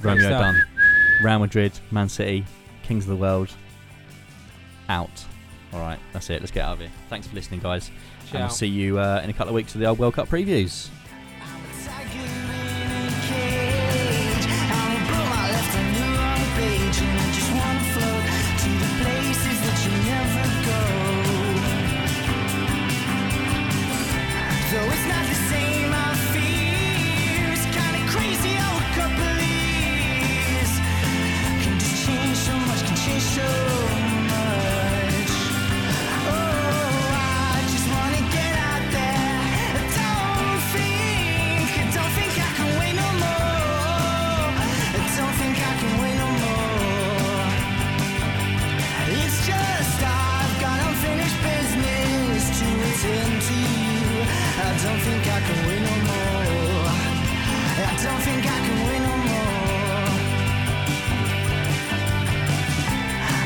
B: Great
A: Romeo
B: stuff.
A: done. Real Madrid, Man City, Kings of the World, out. All right, that's it. Let's get out of here. Thanks for listening, guys, and
B: Ciao.
A: we'll see you uh, in a couple of weeks for the old World Cup previews.
F: I'm a tiger in a cage. I'm a broom, I left a new wrong page. And I just wanna float to the places that you never go. Though it's not the same, I feel it's kinda crazy how a couple of years can just change so much, can change so much. I just wanna get out there. Don't think, don't think I can wait no more. Don't think I can wait no more. It's just I've got unfinished business to attend to. I don't think I can wait no more. I don't think I can wait no more.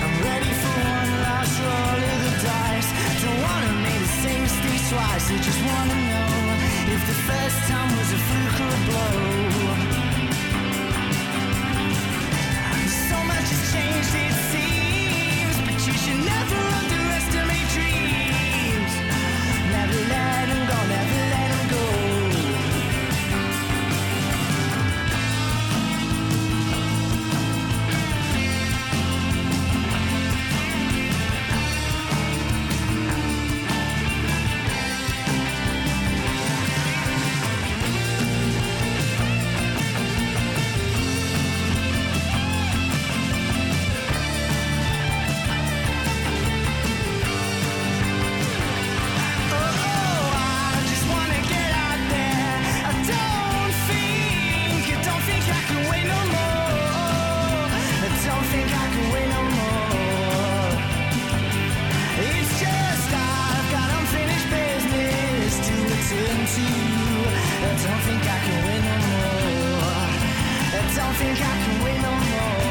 F: I'm ready for one last roll of the dice. Don't wanna make the same mistake twice. I just wanna know if the first time was a fluke or a blow. So much has changed, it seems, but you should never underestimate dreams. Never let 'em go, never let 'em go. I just wanna get out there. I don't think, I don't think I can wait no more. I don't think I can wait no more. It's just I've got unfinished business to attend to. I don't think I can wait no more. I don't think I can wait no more.